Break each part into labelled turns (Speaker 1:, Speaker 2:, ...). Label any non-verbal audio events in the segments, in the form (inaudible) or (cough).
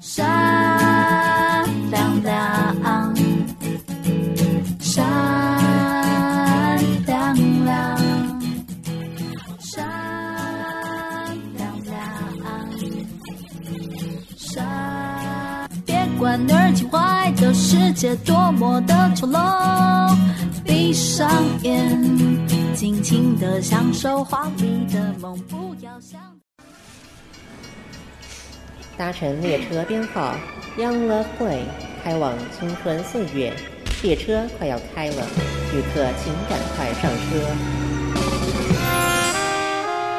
Speaker 1: 沙当当，沙当当，沙当当，沙。别管耳机坏，这世界多么的丑陋，闭上眼，尽情的享受华丽的梦，不要想。
Speaker 2: 搭乘列车编号 Young Love Boy 开往青春岁月，列车快要开了，旅客请赶快上车。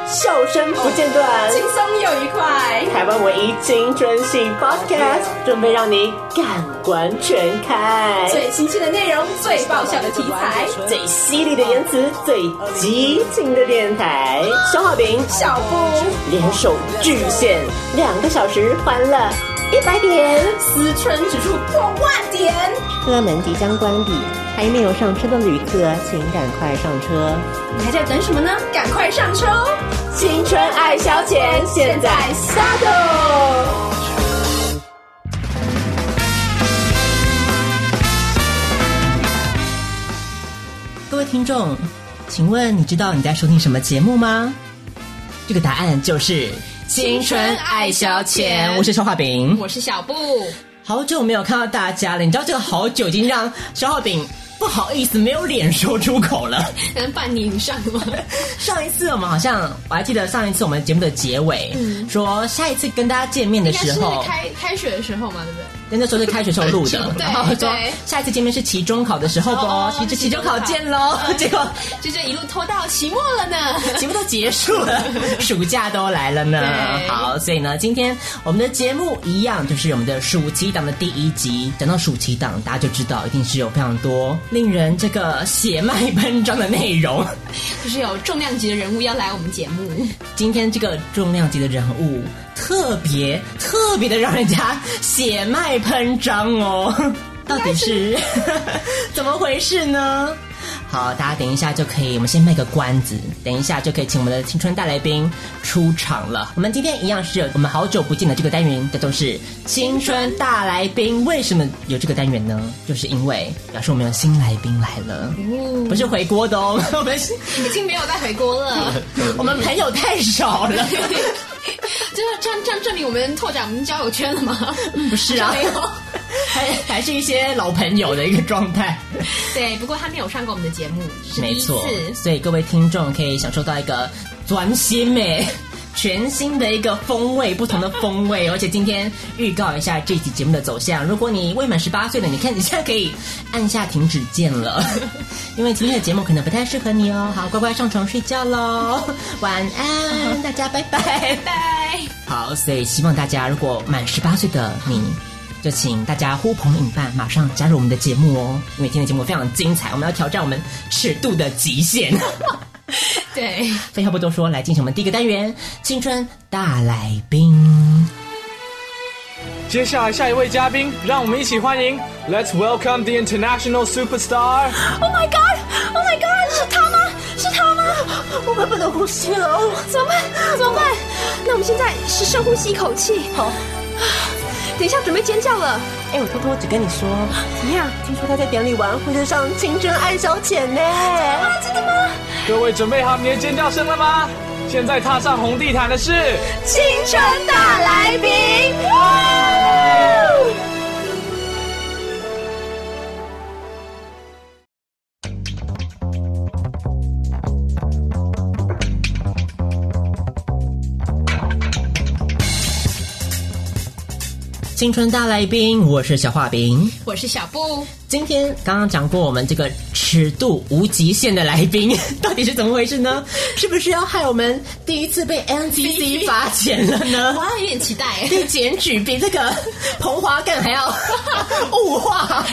Speaker 3: 笑声不间断，
Speaker 4: 轻松又愉快。
Speaker 3: 台湾唯一青春系 Podcast，准备让你感官全开。
Speaker 4: 最新鲜的内容，最爆笑的题材，
Speaker 3: 最犀利的言辞，最激情的电台，小好饼
Speaker 4: 小布
Speaker 3: 联手巨献，两个小时欢乐一百点。
Speaker 4: 思春指数破万点，
Speaker 2: 车门即将关闭，还没有上车的旅客请赶快上车。
Speaker 4: 你还在等什么呢？赶快上车哦！
Speaker 3: 青春爱消遣，现在 start。
Speaker 5: 各位听众，请问你知道你在收听什么节目吗？这个答案就是《青春爱消遣》，我是小画饼。
Speaker 4: 我是小布，
Speaker 5: 好久没有看到大家了，你知道这个好久已经让小画饼不好意思没有脸说出口
Speaker 2: (laughs)
Speaker 5: 了。
Speaker 4: 能半年以上吗？
Speaker 5: 上一次我们好像我还记得上一次我们节目的结尾、
Speaker 2: 嗯
Speaker 5: 说下一次跟大家见面的
Speaker 4: 应该
Speaker 5: 时
Speaker 4: 是
Speaker 5: 候，
Speaker 4: 开开学的时候嘛，对不对？，
Speaker 5: 那那时候是开学时候录的
Speaker 4: 对
Speaker 5: 然后说
Speaker 4: 对
Speaker 5: 下一次见面是期中考的时候
Speaker 4: 哦
Speaker 5: 哦，期期中考见喽， (laughs) 结果。
Speaker 4: 就这一路拖到期末了 (laughs) 呢。
Speaker 5: 节目都结束了，暑假都来了呢
Speaker 4: 对。
Speaker 5: 好，所以呢，今天我们的节目一样，就是我们的暑期档的第一集。讲到暑期档，大家就知道一定是有非常多令人这个血脉喷张的内容。
Speaker 4: 就是有重量级的人物要来我们节 (laughs) 目，
Speaker 5: 今天这个重量级的人物，特别特别的让人家血脉喷张哦。到底是 (laughs) 怎么回事呢？好，大家等一下就可以，我们先卖个关子，等一下就可以请我们的青春大来宾出场了。我们今天一样是有我们好久不见的这个单元，叫做是青春大来宾。为什么有这个单元呢？就是因为表示我们有新来宾来了，不是回锅的哦，我们是
Speaker 4: 已经没有再回国了。
Speaker 5: 我们朋友太少
Speaker 4: (laughs)
Speaker 5: 了。
Speaker 4: 就是这样，这样证明我们拓展我们交友圈了吗？
Speaker 5: 不是
Speaker 4: (laughs)
Speaker 5: 啊
Speaker 4: 没有，
Speaker 5: (laughs) 还还是一些老朋友的一个状
Speaker 4: (laughs)
Speaker 5: 态，
Speaker 4: 对，不过他没有上过我们的节目，是第
Speaker 5: 没
Speaker 4: 一次
Speaker 5: 错。所以各位听众可以享受到一个全新美、 (laughs) 全新的一个风味，不同的风味。而且今天预告一下这期节目的走向。如果你未满十八岁的，你看你现在可以按下停止键了， (laughs) 因为今天的节目可能不太适合你哦。好，乖乖上床睡觉喽， (laughs) 晚安，大家拜拜。
Speaker 4: (laughs) 拜。
Speaker 5: 好，所以希望大家如果满十八岁的你，就请大家呼朋引伴，马上加入我们的节目哦，因为今天的节目非常精彩，我们要挑战我们尺度的极限。
Speaker 6: (laughs)
Speaker 4: 对，
Speaker 5: 废话不多说，来进行我们第一个单元——青春大来宾。
Speaker 7: 接下来下一位嘉宾，让我们一起欢迎，Let's welcome the international superstar。
Speaker 6: Oh my god! Oh my god! 是他吗？是他吗？我们不能呼吸了，怎么办？怎么办？那我们现在是深呼吸一口气。好，等一下准备尖叫了。
Speaker 2: 哎，我偷偷只跟你说，
Speaker 6: 怎么样？
Speaker 2: 听说他在典礼完会上青春爱消遣呢。
Speaker 6: 啊，真的吗？
Speaker 7: 各位准备好你的尖叫声了吗？现在踏上红地毯的是，
Speaker 6: 青春大来宾！哇哦
Speaker 5: 青春大来宾，我是小画饼。
Speaker 4: 我是小布，
Speaker 5: 今天刚刚讲过我们这个尺度无极限的来宾， (laughs) 到底是怎么回事呢？是不是要害我们第一次被 NCC 罚钱了呢？
Speaker 4: 我有点期
Speaker 5: (laughs)
Speaker 4: 待。
Speaker 5: 被检举比这个彭华更还要物化。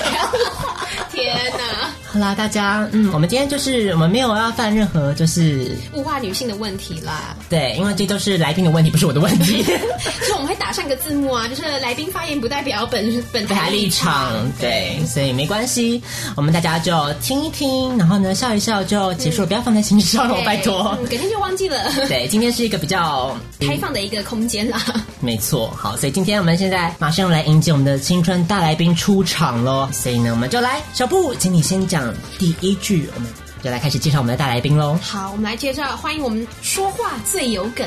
Speaker 4: 天哪！
Speaker 5: 好啦，大家，嗯，我们今天就是我们没有要犯任何就是
Speaker 4: 物化女性的问题啦。
Speaker 5: 对，因为这都是来宾的问题，不是我的问题。 (laughs)
Speaker 4: 其实我们会打上个字幕啊，就是来宾发言不代表本本
Speaker 5: 台
Speaker 4: 台
Speaker 5: 立场，对，所以没关系，我们大家就听一听，然后呢笑一笑就结束了，不要放在心上哦，
Speaker 4: 对
Speaker 5: 拜托。
Speaker 4: 嗯改天就忘记了。
Speaker 5: 对，今天是一个比较
Speaker 4: (laughs) 开放的一个空间啦，
Speaker 5: 没错，好，所以今天我们现在马上来迎接我们的青春大来宾出场喽。所以呢，我们就来，小布，请你先讲第一句，我们就来开始介绍我们的大来宾喽。
Speaker 4: 好，我们来介绍，欢迎我们说话最有梗，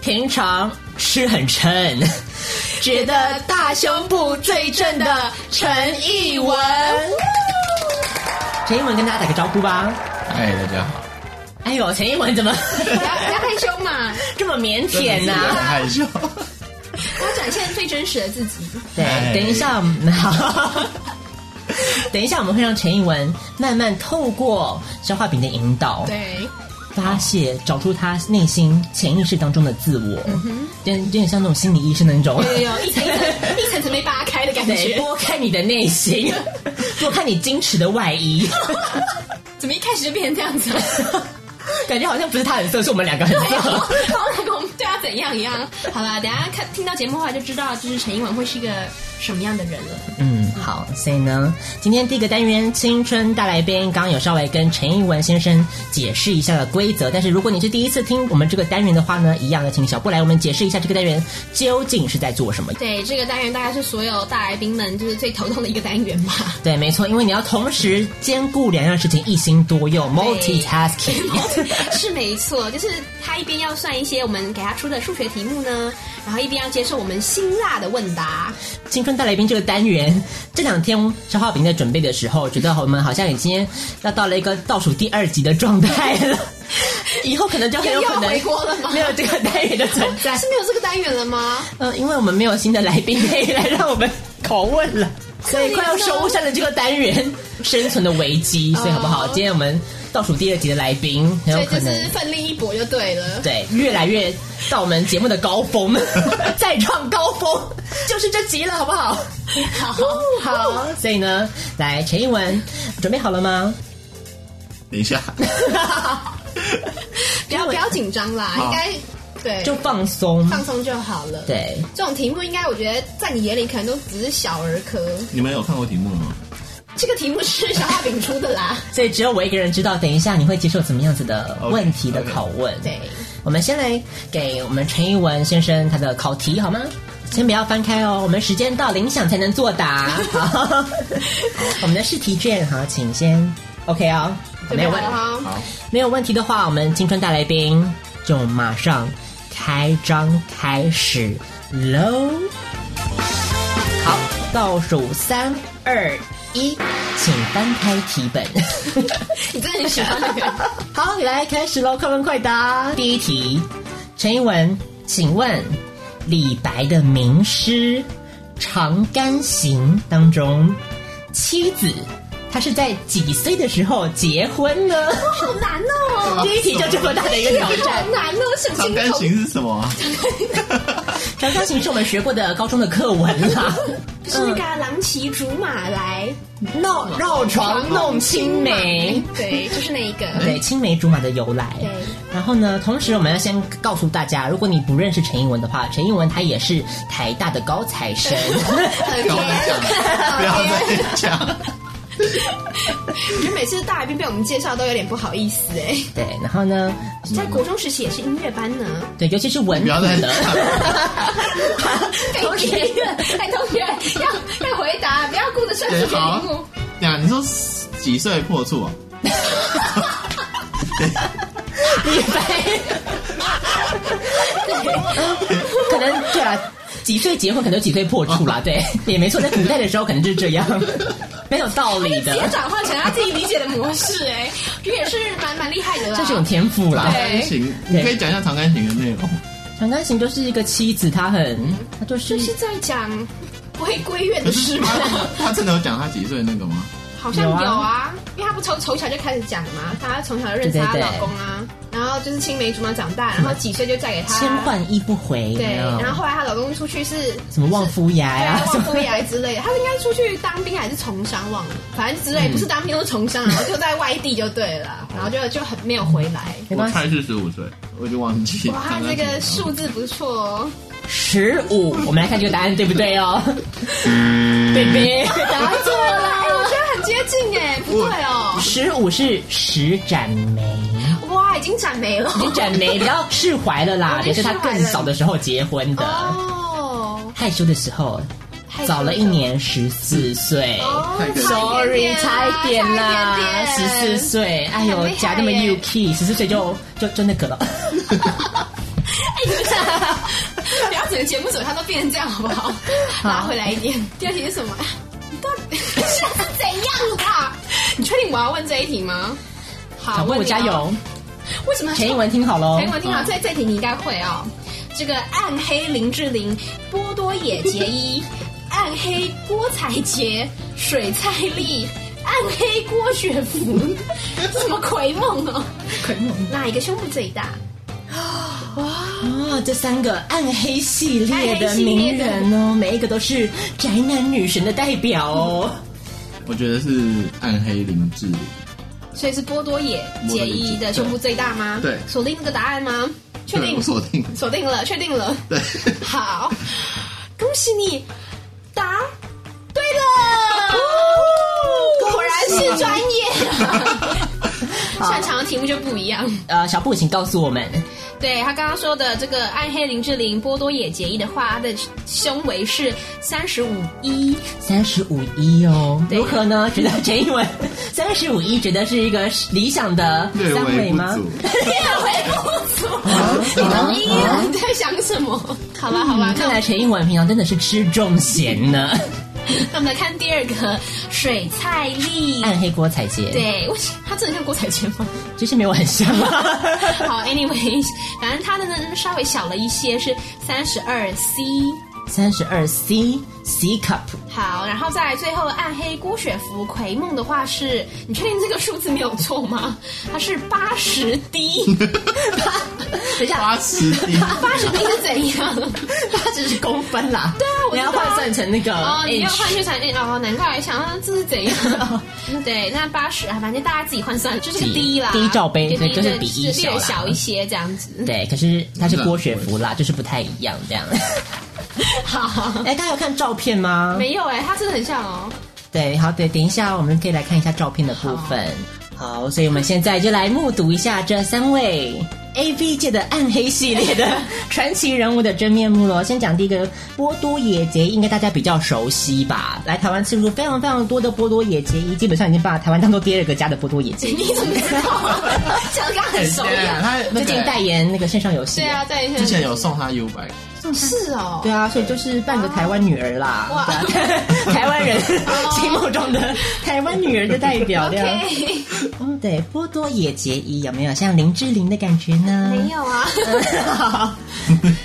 Speaker 5: 平常吃很撑， (laughs) 觉得大胸部最正的陈艺文。陈艺文跟大家打个招呼吧。
Speaker 8: 哎，大家好，
Speaker 5: 哎呦，陈艺文 (laughs) 怎么
Speaker 4: 不要不要害羞嘛， (laughs)
Speaker 5: 这么腼腆啊呐、
Speaker 8: 很害羞。
Speaker 4: 我要展现最真实的自己。
Speaker 5: 对，
Speaker 8: 哎
Speaker 5: 等一下，我们好。等一下，我们会让陈艺文慢慢透过消化饼的引导，
Speaker 4: 对，
Speaker 5: 发泄，找出他内心潜意识当中的自我，有点有点像那种心理医生的那种，
Speaker 4: 嗯有有有，一层一层一层层被扒开的感
Speaker 5: (laughs) 对，
Speaker 4: 觉。
Speaker 5: 拨开你的内
Speaker 4: (laughs)
Speaker 5: 心，拨开你矜持的外衣， (laughs)
Speaker 4: 怎么一开始就变成这 (laughs) 样子了？
Speaker 5: 感觉好像不是他很色，是我们两个很
Speaker 4: 对啊
Speaker 5: 色。
Speaker 4: 然后那个我们对他怎样一样？好啦，等一下看听到节目的话就知道，就是陈英文会是一个什么样的人了。
Speaker 5: 嗯，好，所以呢，今天第一个单元“青春大来宾”，刚刚有稍微跟陈艺文先生解释一下的规则，但是如果你是第一次听我们这个单元的话呢，一样的请小布来我们解释一下这个单元究竟是在做什么。
Speaker 4: 对，这个单元大概是所有大来宾们就是最头痛的一个单元 (laughs) 嘛。
Speaker 5: 对，没错，因为你要同时兼顾两样事情，一心多用，multitasking。
Speaker 4: 是没错，就是他一边要算一些我们给他出的数学题目呢，然后一边要接受我们辛辣的问答。
Speaker 5: 青春大来宾这个单元，这两天消化饼在准备的时候，觉得我们好像已经要到了一个倒数第二集的状态
Speaker 4: (laughs)
Speaker 5: 了，以后可能就很有可能
Speaker 4: 又要回锅了吗
Speaker 5: 没有这个单元的存在
Speaker 4: 是。没有这个单元了吗？
Speaker 5: 呃，因为我们没有新的来宾可以来让我们拷问
Speaker 4: (laughs)
Speaker 5: 了，所以快要收山的这个单元生存的危机，所以好不好？
Speaker 4: 哦
Speaker 5: 今天我们倒数第二集的来宾很有
Speaker 4: 对，
Speaker 5: 可
Speaker 4: 就
Speaker 5: 能
Speaker 4: 是奋力一搏就对了。
Speaker 5: 对越来越到我们节目的高
Speaker 4: (laughs)
Speaker 5: 峰，再创高峰，就是这集了，好不好？
Speaker 4: 好，
Speaker 5: 好，所以呢，来陈一文，准备好了吗？
Speaker 8: 等一下，
Speaker 4: 不要不要紧张啦，应
Speaker 8: 好
Speaker 4: 该对，
Speaker 5: 就放松，
Speaker 4: 放松就好了。。
Speaker 5: 对，
Speaker 4: 这种题目应该，我觉得在你眼里可能都只是小儿科。
Speaker 8: 你们有看过题目吗？
Speaker 4: 这个题目是小画饼出的啦，
Speaker 5: 所以只有我一个人知道，等一下你会接受怎么样子的
Speaker 8: OK，
Speaker 5: 问题的
Speaker 8: OK
Speaker 5: 拷问。
Speaker 4: 对，
Speaker 5: 我们先来给我们陈一文先生他的考题好吗？先不要翻开哦，我们时间到铃响才能作
Speaker 4: (laughs)
Speaker 5: 答。好，我们的试题卷好，请先 OK 哦，没有问
Speaker 4: 准备好了哈。
Speaker 5: 没有问题的话，我们青春大来宾就马上开张开始喽。好，倒数三二一，请翻开题本。
Speaker 4: 你真的很喜欢那个。
Speaker 5: 好，来开始喽，快问快答。第一题，陈一文，请问李白的名诗《长干行》当中，妻子她是在几岁的时候结婚呢？ (laughs)
Speaker 4: 好难哦，
Speaker 5: 第一题就这么大的一个 (laughs) 挑战
Speaker 4: 好。难哦，是
Speaker 8: 长干行是什么啊？
Speaker 5: 《长干行》是我们学过的高中的课文啦。
Speaker 4: 是那个郎骑竹马来，
Speaker 5: (laughs) 闹绕床弄青梅。
Speaker 4: 对，就是那一
Speaker 5: (laughs)
Speaker 4: 个。
Speaker 5: 对，青梅竹马的由来。
Speaker 4: 对
Speaker 5: 然后呢，同时我们要先告诉大家，如果你不认识陈英文的话，陈英文他也是台大的高材
Speaker 4: (laughs)
Speaker 5: 生。
Speaker 4: 很甜，
Speaker 8: 不要再讲，
Speaker 4: 我觉得每次大来宾被我们介绍都有点不好意思哎。
Speaker 5: 对，然后呢，
Speaker 4: 在国中时期也是音乐班呢， (laughs)
Speaker 5: 对，尤其是文
Speaker 8: 不要再
Speaker 5: 字
Speaker 8: 讲
Speaker 5: 的，。 (laughs)
Speaker 4: 被别人哎同学要要回答，不要顾着顺序
Speaker 8: 哎
Speaker 4: 选题
Speaker 8: 好
Speaker 4: 目。
Speaker 8: 呀，你说几岁破处啊？
Speaker 5: 李白，可能对啊，几岁结婚可能就几岁破处啦，对，也没错，在古代的时候可能就是这样，没有道理
Speaker 4: 直接
Speaker 5: 的，
Speaker 4: 转换成他自己理解的模式哎，这也是蛮蛮厉害的啦。
Speaker 5: 这是一种天赋啦。
Speaker 4: 对
Speaker 8: 干行，你可以讲一下长干行的内容。
Speaker 5: 长干行就是一个妻子，她很，她就是
Speaker 4: 就是在讲归归院的
Speaker 8: 可
Speaker 4: 事
Speaker 5: (laughs)
Speaker 8: 是
Speaker 4: 吗
Speaker 8: 他？他真的有讲他几岁那个吗？
Speaker 4: 好像有
Speaker 5: 有啊
Speaker 4: 啊，因为他不从从小就开始讲嘛，他从小就认识
Speaker 5: 对对
Speaker 4: 她
Speaker 5: 对
Speaker 4: 老公啊，然后就是青梅竹马长大，然后几岁就嫁给他，
Speaker 5: 千唤一不回，有没
Speaker 4: 对，
Speaker 5: 有
Speaker 4: 然后后来她老公出去是
Speaker 5: 什么啊旺夫牙呀、什
Speaker 4: 对啊哎旺
Speaker 5: 么
Speaker 4: 夫牙之类的，他是应该出去当兵还是从商忘了，反正
Speaker 5: 嗯
Speaker 4: 之类，不是当兵就是从商，然
Speaker 5: (laughs)
Speaker 4: 后就在外地就对了，然后就就很没有回来。
Speaker 5: (laughs) 没
Speaker 8: 我
Speaker 5: 关系，
Speaker 8: 猜是十五岁，我就忘
Speaker 5: 嗯
Speaker 8: 记。
Speaker 4: 哇，这个数字不错哦，
Speaker 5: 十五，我们来看这个答案对不对哦，贝贝，答案错了，
Speaker 4: 哎，我觉得很接近哎，不对哦，
Speaker 5: 十五是十展眉。
Speaker 4: 哇，已经展没了，
Speaker 5: 金展眉比较释怀了啦，
Speaker 4: 已
Speaker 5: 也是
Speaker 4: 经
Speaker 5: 他
Speaker 4: 释怀
Speaker 5: 更
Speaker 4: 了
Speaker 5: 早的时候结婚的，
Speaker 4: 哦，
Speaker 5: 害羞的时候，早了一年十四岁。
Speaker 4: 哦
Speaker 8: 太可惜
Speaker 4: 差一
Speaker 5: Sorry，
Speaker 4: 点点
Speaker 5: 差一点啦，
Speaker 4: 差
Speaker 5: 十
Speaker 4: 一点
Speaker 5: 四
Speaker 4: 点
Speaker 5: 岁，哎
Speaker 4: 很
Speaker 5: 呦
Speaker 4: 厉害，
Speaker 5: 夹那么
Speaker 4: 耶
Speaker 5: UK，十四岁就就就那个了。
Speaker 4: 不哎要整个节目组他都变成这样好不好？拉回来一点。第二题是什么？你到底是怎样啦？ (laughs) 你确定我要问这一题吗？好，
Speaker 5: 小
Speaker 4: 问
Speaker 5: 我
Speaker 4: 你哦
Speaker 5: 加油！，
Speaker 4: 为什么
Speaker 5: 陈英文听好
Speaker 4: (laughs)
Speaker 5: 喽
Speaker 4: 陈英，文听好，这这题你应该会哦。这个暗黑林志玲、波多野结衣、暗黑郭采洁、水菜丽、暗黑郭雪芙，这什么魁梦哦？
Speaker 5: 奎梦
Speaker 4: 哪一个胸部最大？
Speaker 5: 哦，这三个暗黑系列
Speaker 4: 暗
Speaker 5: 的
Speaker 4: 黑系列
Speaker 5: 名
Speaker 4: 的
Speaker 5: 人哦，每一个都是宅男女神的代表哦。
Speaker 8: 我觉得是暗黑林志玲，
Speaker 4: 所以是波多野结衣的胸部最大吗？
Speaker 8: 对
Speaker 4: 锁定这个答案吗？确
Speaker 8: 对
Speaker 4: 定
Speaker 8: 我？锁定了。
Speaker 4: 锁定了，确定了。
Speaker 8: 对，
Speaker 4: 好，恭喜你答对了，果然是专业。 (laughs) 擅长的题目就不一样。
Speaker 5: 呃，小布，请告诉我们，
Speaker 4: 对他刚刚说的这个暗黑林志玲、波多野结衣的话，他的胸围是三十五一，
Speaker 5: 三十五一哦，
Speaker 4: 对
Speaker 5: 如何呢？ (laughs) 觉得陈英文三十五一，觉得是一个理想的
Speaker 8: 略
Speaker 5: 三
Speaker 8: 微
Speaker 5: 围
Speaker 8: 不
Speaker 5: 吗？
Speaker 8: 足。
Speaker 5: (laughs)
Speaker 4: 略微不足。 (laughs) 你们一啊嗯你在想什么？好吧，好吧，那
Speaker 5: 嗯看来陈英文平常真的是吃重咸
Speaker 4: (laughs)
Speaker 5: 呢。
Speaker 4: 那我们来看第二个水菜丽，
Speaker 5: 暗黑郭采洁，，
Speaker 4: 对，我他真的像郭采洁吗？
Speaker 5: 其实没有很
Speaker 4: (laughs)
Speaker 5: 像。
Speaker 4: 好，anyway，反 (laughs) 正他的呢稍微小了一些，是三十二 C。
Speaker 5: 三十二 C C cup，
Speaker 4: 好，然后再来最后暗黑郭雪芙魁梦的话是，你确定这个数字没有错吗？ (laughs) 它是八十 D。等一下，
Speaker 8: 八十一，
Speaker 4: 八十 D 是怎
Speaker 5: (laughs)
Speaker 4: 样？
Speaker 5: 它只是公分啦。对啊
Speaker 4: 我
Speaker 5: 你
Speaker 4: 知道
Speaker 5: 要
Speaker 4: 啊
Speaker 5: 换算成那个
Speaker 4: 哦，你要
Speaker 5: 啊 inch
Speaker 4: 换去成哦，难怪想啊，这是怎
Speaker 5: (laughs)
Speaker 4: 样？对，那八十啊，反正大家自己换算，就是个
Speaker 5: 自己
Speaker 4: D 啦，
Speaker 5: D 罩杯
Speaker 4: 就
Speaker 5: 对
Speaker 4: D
Speaker 5: 就是比一小
Speaker 4: 略
Speaker 5: 啦
Speaker 4: 小一些这样子。
Speaker 5: 对，可是它是郭雪芙啦，就是不太一样这样。
Speaker 4: 好，
Speaker 5: (laughs) 哎，大家有看照片吗？
Speaker 4: 没有哎，它真的很像哦。
Speaker 5: (laughs) 对，好，对，等一下，我们可以来看一下照片的部分。好，所以我们现在就来目睹一下这三位 A V 界的暗黑系列的 (laughs) 传奇人物的真面目喽。先讲第一个波多野结衣，应该大家比较熟悉吧？来台湾次数非常非常多的波多野结衣，基本上已经把台湾当做第二个家的波多野结衣。
Speaker 4: 你怎么知
Speaker 5: (laughs)
Speaker 4: 道啊？讲得刚刚很熟啊一样。
Speaker 8: 他那
Speaker 5: 最近代
Speaker 8: 个
Speaker 5: 言啊那个线上游戏，
Speaker 4: 对啊，在
Speaker 8: 之前有送他 U 白，
Speaker 4: 是哦
Speaker 5: 对，啊，所以就是半个台湾女儿啦，
Speaker 4: 哇哦
Speaker 5: 对啊 (laughs) 台湾人 (laughs) 心目中的台湾女儿的代表这样。
Speaker 4: OK，
Speaker 5: 嗯，对，波多野结衣有没有像林志玲的感觉呢？
Speaker 4: 没。有啊，
Speaker 5: (laughs) 好，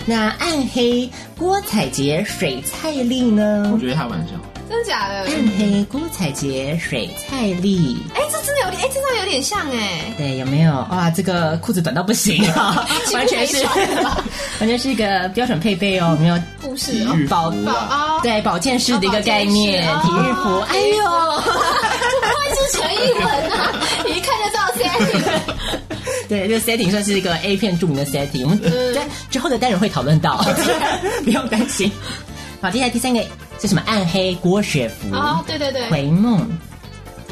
Speaker 5: 那暗黑郭采洁、水菜丽
Speaker 8: 我
Speaker 5: 呢？
Speaker 8: 觉得他蛮像。
Speaker 4: (laughs) 真的假的？
Speaker 5: 暗黑郭采洁、水菜丽，
Speaker 4: 哎，这真的有点，哎，真的有点像哎，
Speaker 5: 对，有没有？哇，这个裤子短到不行啊，完全是
Speaker 4: (laughs) 几乎没穿吧
Speaker 5: (laughs) 完全是一个标准配备哦，有没有？
Speaker 4: 故事
Speaker 8: 体
Speaker 4: 哦。
Speaker 8: 育服
Speaker 5: 宝
Speaker 4: 宝
Speaker 8: 啊，
Speaker 4: 啊，
Speaker 5: 对，保健室的一个概念，
Speaker 4: 哦
Speaker 5: 体育服，哎呦。
Speaker 4: 不愧是陈艺文 (laughs) 啊，你一看就知道是谁。
Speaker 5: 对，这个 setting 算是一个 A 片著名的 setting，我们
Speaker 4: 嗯
Speaker 5: 在之后的单元会讨论到， (laughs) 不用担心。好，接下来第三个是什么？暗黑郭雪芙、
Speaker 4: 哦，对对对，
Speaker 5: 回梦，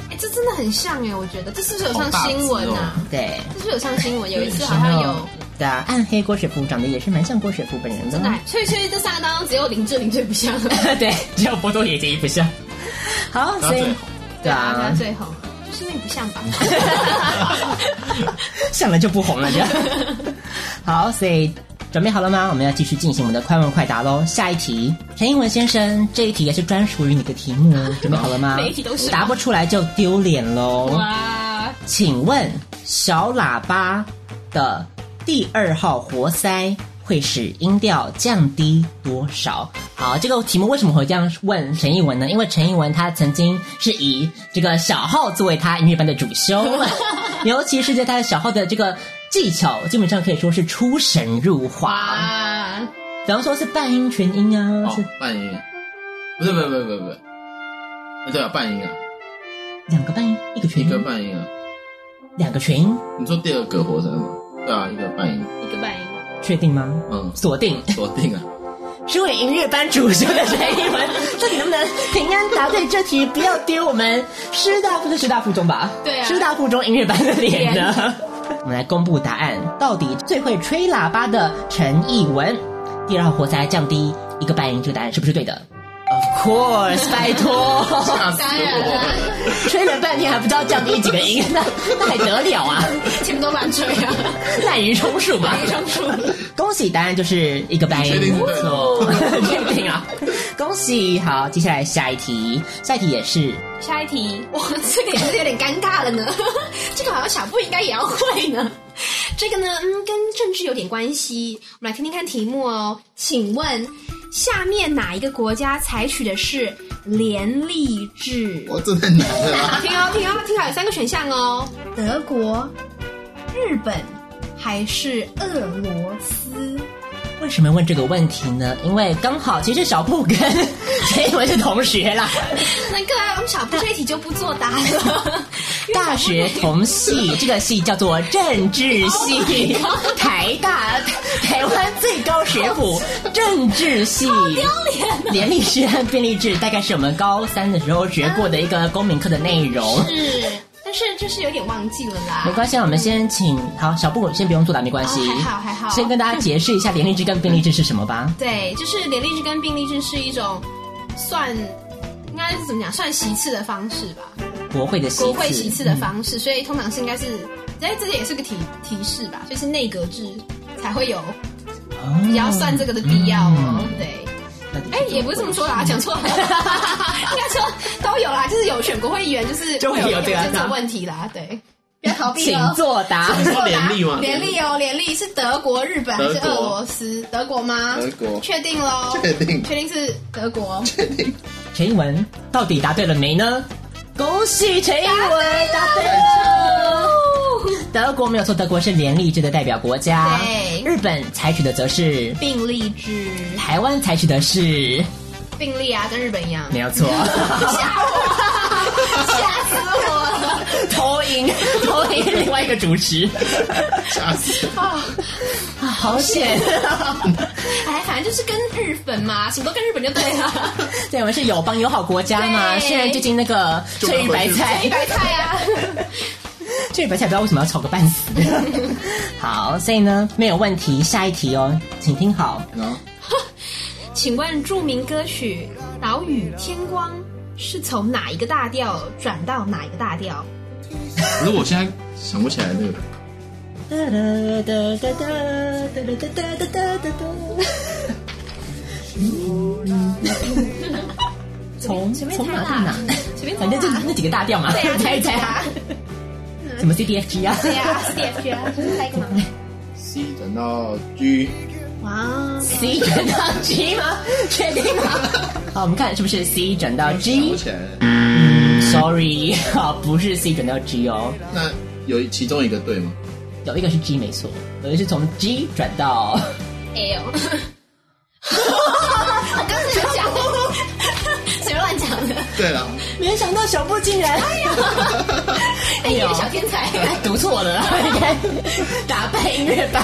Speaker 4: 哎，这真的很像哎，我觉得这是不是有上新闻啊？
Speaker 5: 对，
Speaker 4: 这是不是有上新 (laughs) 闻，有一次好像有。
Speaker 5: 对啊，暗黑郭雪芙长得也是蛮像郭雪芙本人的，
Speaker 4: 真的，哎所以所以这三个当中只有林志玲最不像，
Speaker 5: (laughs) 对，只有波多野结衣不像。好，
Speaker 8: 他
Speaker 5: 所以
Speaker 8: 最红，
Speaker 5: 对
Speaker 4: 啊，她
Speaker 5: 啊，
Speaker 4: 最红，就是那个不像吧？
Speaker 5: (laughs) 像了就不
Speaker 4: (laughs)
Speaker 5: 红了，这样。好，所以准备好了吗？我们要继续进行我们的快问快答喽。下一题，陈英文先生，这一题也是专属于你的题目哦，准备好了吗？
Speaker 4: (laughs) 每一题都是
Speaker 5: 答不出来就丢脸喽。
Speaker 4: (laughs) 哇，
Speaker 5: 请问小喇叭的第二号活塞会使音调降低多少？好，这个题目为什么会这样问陈艺文呢？因为陈艺文他曾经是
Speaker 8: (laughs)
Speaker 5: 以这个小号作为他音乐班的主修，尤其是在他的小号的这个技巧基本上可以说是出神入化，
Speaker 4: 啊，
Speaker 5: 比方说是半音全音啊，
Speaker 8: 哦
Speaker 5: 是，
Speaker 8: 半音，不是，不是，不是，不是，不是，哎对啊，半音啊，
Speaker 5: 两个半音，一个全
Speaker 8: 一个
Speaker 5: 音，
Speaker 8: 半音啊。
Speaker 5: 两个全音，
Speaker 8: 你说第二个火神吗？对啊，一个半音，
Speaker 4: 一个半音。
Speaker 5: 确定吗？
Speaker 8: 嗯，
Speaker 5: 锁定，
Speaker 8: 锁定啊。
Speaker 5: 是为音乐班主修的学英文，到底能不能平安答对这题？不要丢我们师大附是师大附中吧？
Speaker 4: 对啊啊
Speaker 5: 师大附中音乐班的脸呢？ (laughs) 我们来公布答案，到底最会吹喇叭的陈艺文，第二号活塞降低一个半音，这个答案是不是对的？Of course，拜
Speaker 4: (laughs)
Speaker 5: 托。
Speaker 8: 吓死我了！
Speaker 5: 吹了半天还不知道降低几个音，那那还得了啊？
Speaker 4: 前面都乱吹啊，
Speaker 5: (laughs) 滥竽充数嘛！
Speaker 4: 上树。
Speaker 5: (laughs) 恭喜答案就是一个半音，
Speaker 8: 确定是对的
Speaker 5: 错， (laughs) 确定啊！恭喜，好，接下来下一题，下一题也是
Speaker 4: 下一题，哇，这个也是有点尴尬了呢。 (laughs) 这个好像小布应该也要会呢。这个呢，嗯，跟政治有点关系。我们来听听看题目哦。请问，下面哪一个国家采取的是联立制？
Speaker 8: 我这太难了啦。
Speaker 4: 听哦，听哦，听好，有三个选项哦：德国、日本还是俄罗斯？
Speaker 5: 为什么问这个问题呢？因为刚好其实小布跟 (laughs) 陈以文是同学
Speaker 8: (laughs)
Speaker 5: 啦，
Speaker 4: (laughs) 那个啊，我们小布这一题就不作答了。
Speaker 5: 大学同
Speaker 8: (laughs)
Speaker 5: 系，这个系叫做政治
Speaker 8: Oh
Speaker 5: 系，台大 (laughs) 台湾最高学府政治系，
Speaker 8: 啊
Speaker 5: 连立制和便利制大概是我们高三的时候学过的一个公民课的内容。
Speaker 4: (laughs) 是，但是就是有点忘记了啦。
Speaker 5: 没关系，啊，我们先请好小布先不用作答，没关系，
Speaker 4: 哦还好还好
Speaker 5: 先跟大家解释一下连立制跟便利制是什么吧。
Speaker 4: 对，就是联立制跟并立制是一种算，应该是怎么讲，算席次的方式吧，
Speaker 5: 国会的席次，
Speaker 4: 国会席次的
Speaker 5: 嗯
Speaker 4: 方式，所以通常是应该是，哎，这也是个提提示吧，就是内阁制才会有
Speaker 5: 哦
Speaker 4: 比较算这个的必要哦，
Speaker 5: 嗯
Speaker 4: 对。哎，也不是这么说啦，
Speaker 5: (laughs)
Speaker 4: 讲错了，应该说都有啦，就是有选国会议员，就是
Speaker 5: 就会有
Speaker 4: 有
Speaker 5: 这个
Speaker 4: 政治
Speaker 5: 啊
Speaker 4: 问题啦，对，不要逃避
Speaker 5: 请
Speaker 4: 哦。
Speaker 5: 作答。
Speaker 8: 你说联立吗？
Speaker 4: 联立哦，联立是德国、日本还是
Speaker 8: 德国
Speaker 4: 俄罗斯？德国吗？
Speaker 8: 德国
Speaker 4: 确定喽？
Speaker 8: 确定
Speaker 4: 确定是德国。
Speaker 5: 陈一文到底答对了没呢？恭喜陈一文答对了。德国没有错，德国是联立制的代表国家。
Speaker 4: 对
Speaker 5: 日本采取的则是，
Speaker 4: 并立制，
Speaker 5: 台湾采取的是，
Speaker 4: 并立啊，跟日本一样。
Speaker 5: 没有错，
Speaker 4: (laughs) 吓我！吓死我了！
Speaker 5: 投影投影另外一个主持，
Speaker 8: (laughs)
Speaker 4: (laughs)
Speaker 8: 吓死！
Speaker 5: 啊好险！
Speaker 4: 哎，反正就是跟日本嘛，什么都跟日本就对
Speaker 8: (laughs)
Speaker 4: 了。
Speaker 5: 对，我们是友邦友好国家嘛。
Speaker 4: 对
Speaker 5: 虽然最近那个翠玉白菜
Speaker 4: 一，白菜啊，
Speaker 5: (laughs) 翠玉白菜不知道为什么要吵个半死。好，所以呢没有问题，下一题哦，请听
Speaker 4: (laughs)
Speaker 5: 好。
Speaker 8: 然后
Speaker 4: 请问著名歌曲《岛屿天光》是从哪一个大调转到哪一个大调？
Speaker 8: 可是我现在想不起来那个，
Speaker 5: 哒哒哒哒哒哒哒哒哒哒哒哒。从
Speaker 4: 随便
Speaker 5: 从
Speaker 4: 猜
Speaker 5: 哪
Speaker 4: 啦
Speaker 5: 到哪？
Speaker 4: 随便猜
Speaker 5: 反正就
Speaker 4: 啦
Speaker 5: 那几个大调嘛，
Speaker 4: 对啊，
Speaker 5: 猜
Speaker 4: (laughs) 猜
Speaker 5: 一
Speaker 4: 一
Speaker 5: 猜
Speaker 4: 猜
Speaker 5: 啊
Speaker 4: 啊，
Speaker 5: 什么 C D F G 啊？
Speaker 4: (laughs) 对啊，是 D F G 啊，就是猜一个嘛。
Speaker 8: C 转到 G，
Speaker 4: 哇，
Speaker 5: C 转到 G 吗？确定吗？ (laughs) 好，我们看是不是 C 转到
Speaker 8: 想不
Speaker 5: G？Sorry，
Speaker 8: 起来了。
Speaker 5: (laughs) 好，啊不是 C 转到 G 哦，
Speaker 8: 那有其中一个对吗？
Speaker 5: 有一个是 G 没错，有一个是从 G 转到
Speaker 4: L。我刚才有讲，随便乱讲的。
Speaker 8: 对了，
Speaker 5: 没想到小布竟然
Speaker 4: 哎，你个小天才！
Speaker 5: 读错了，应该 (laughs) 打败音乐班。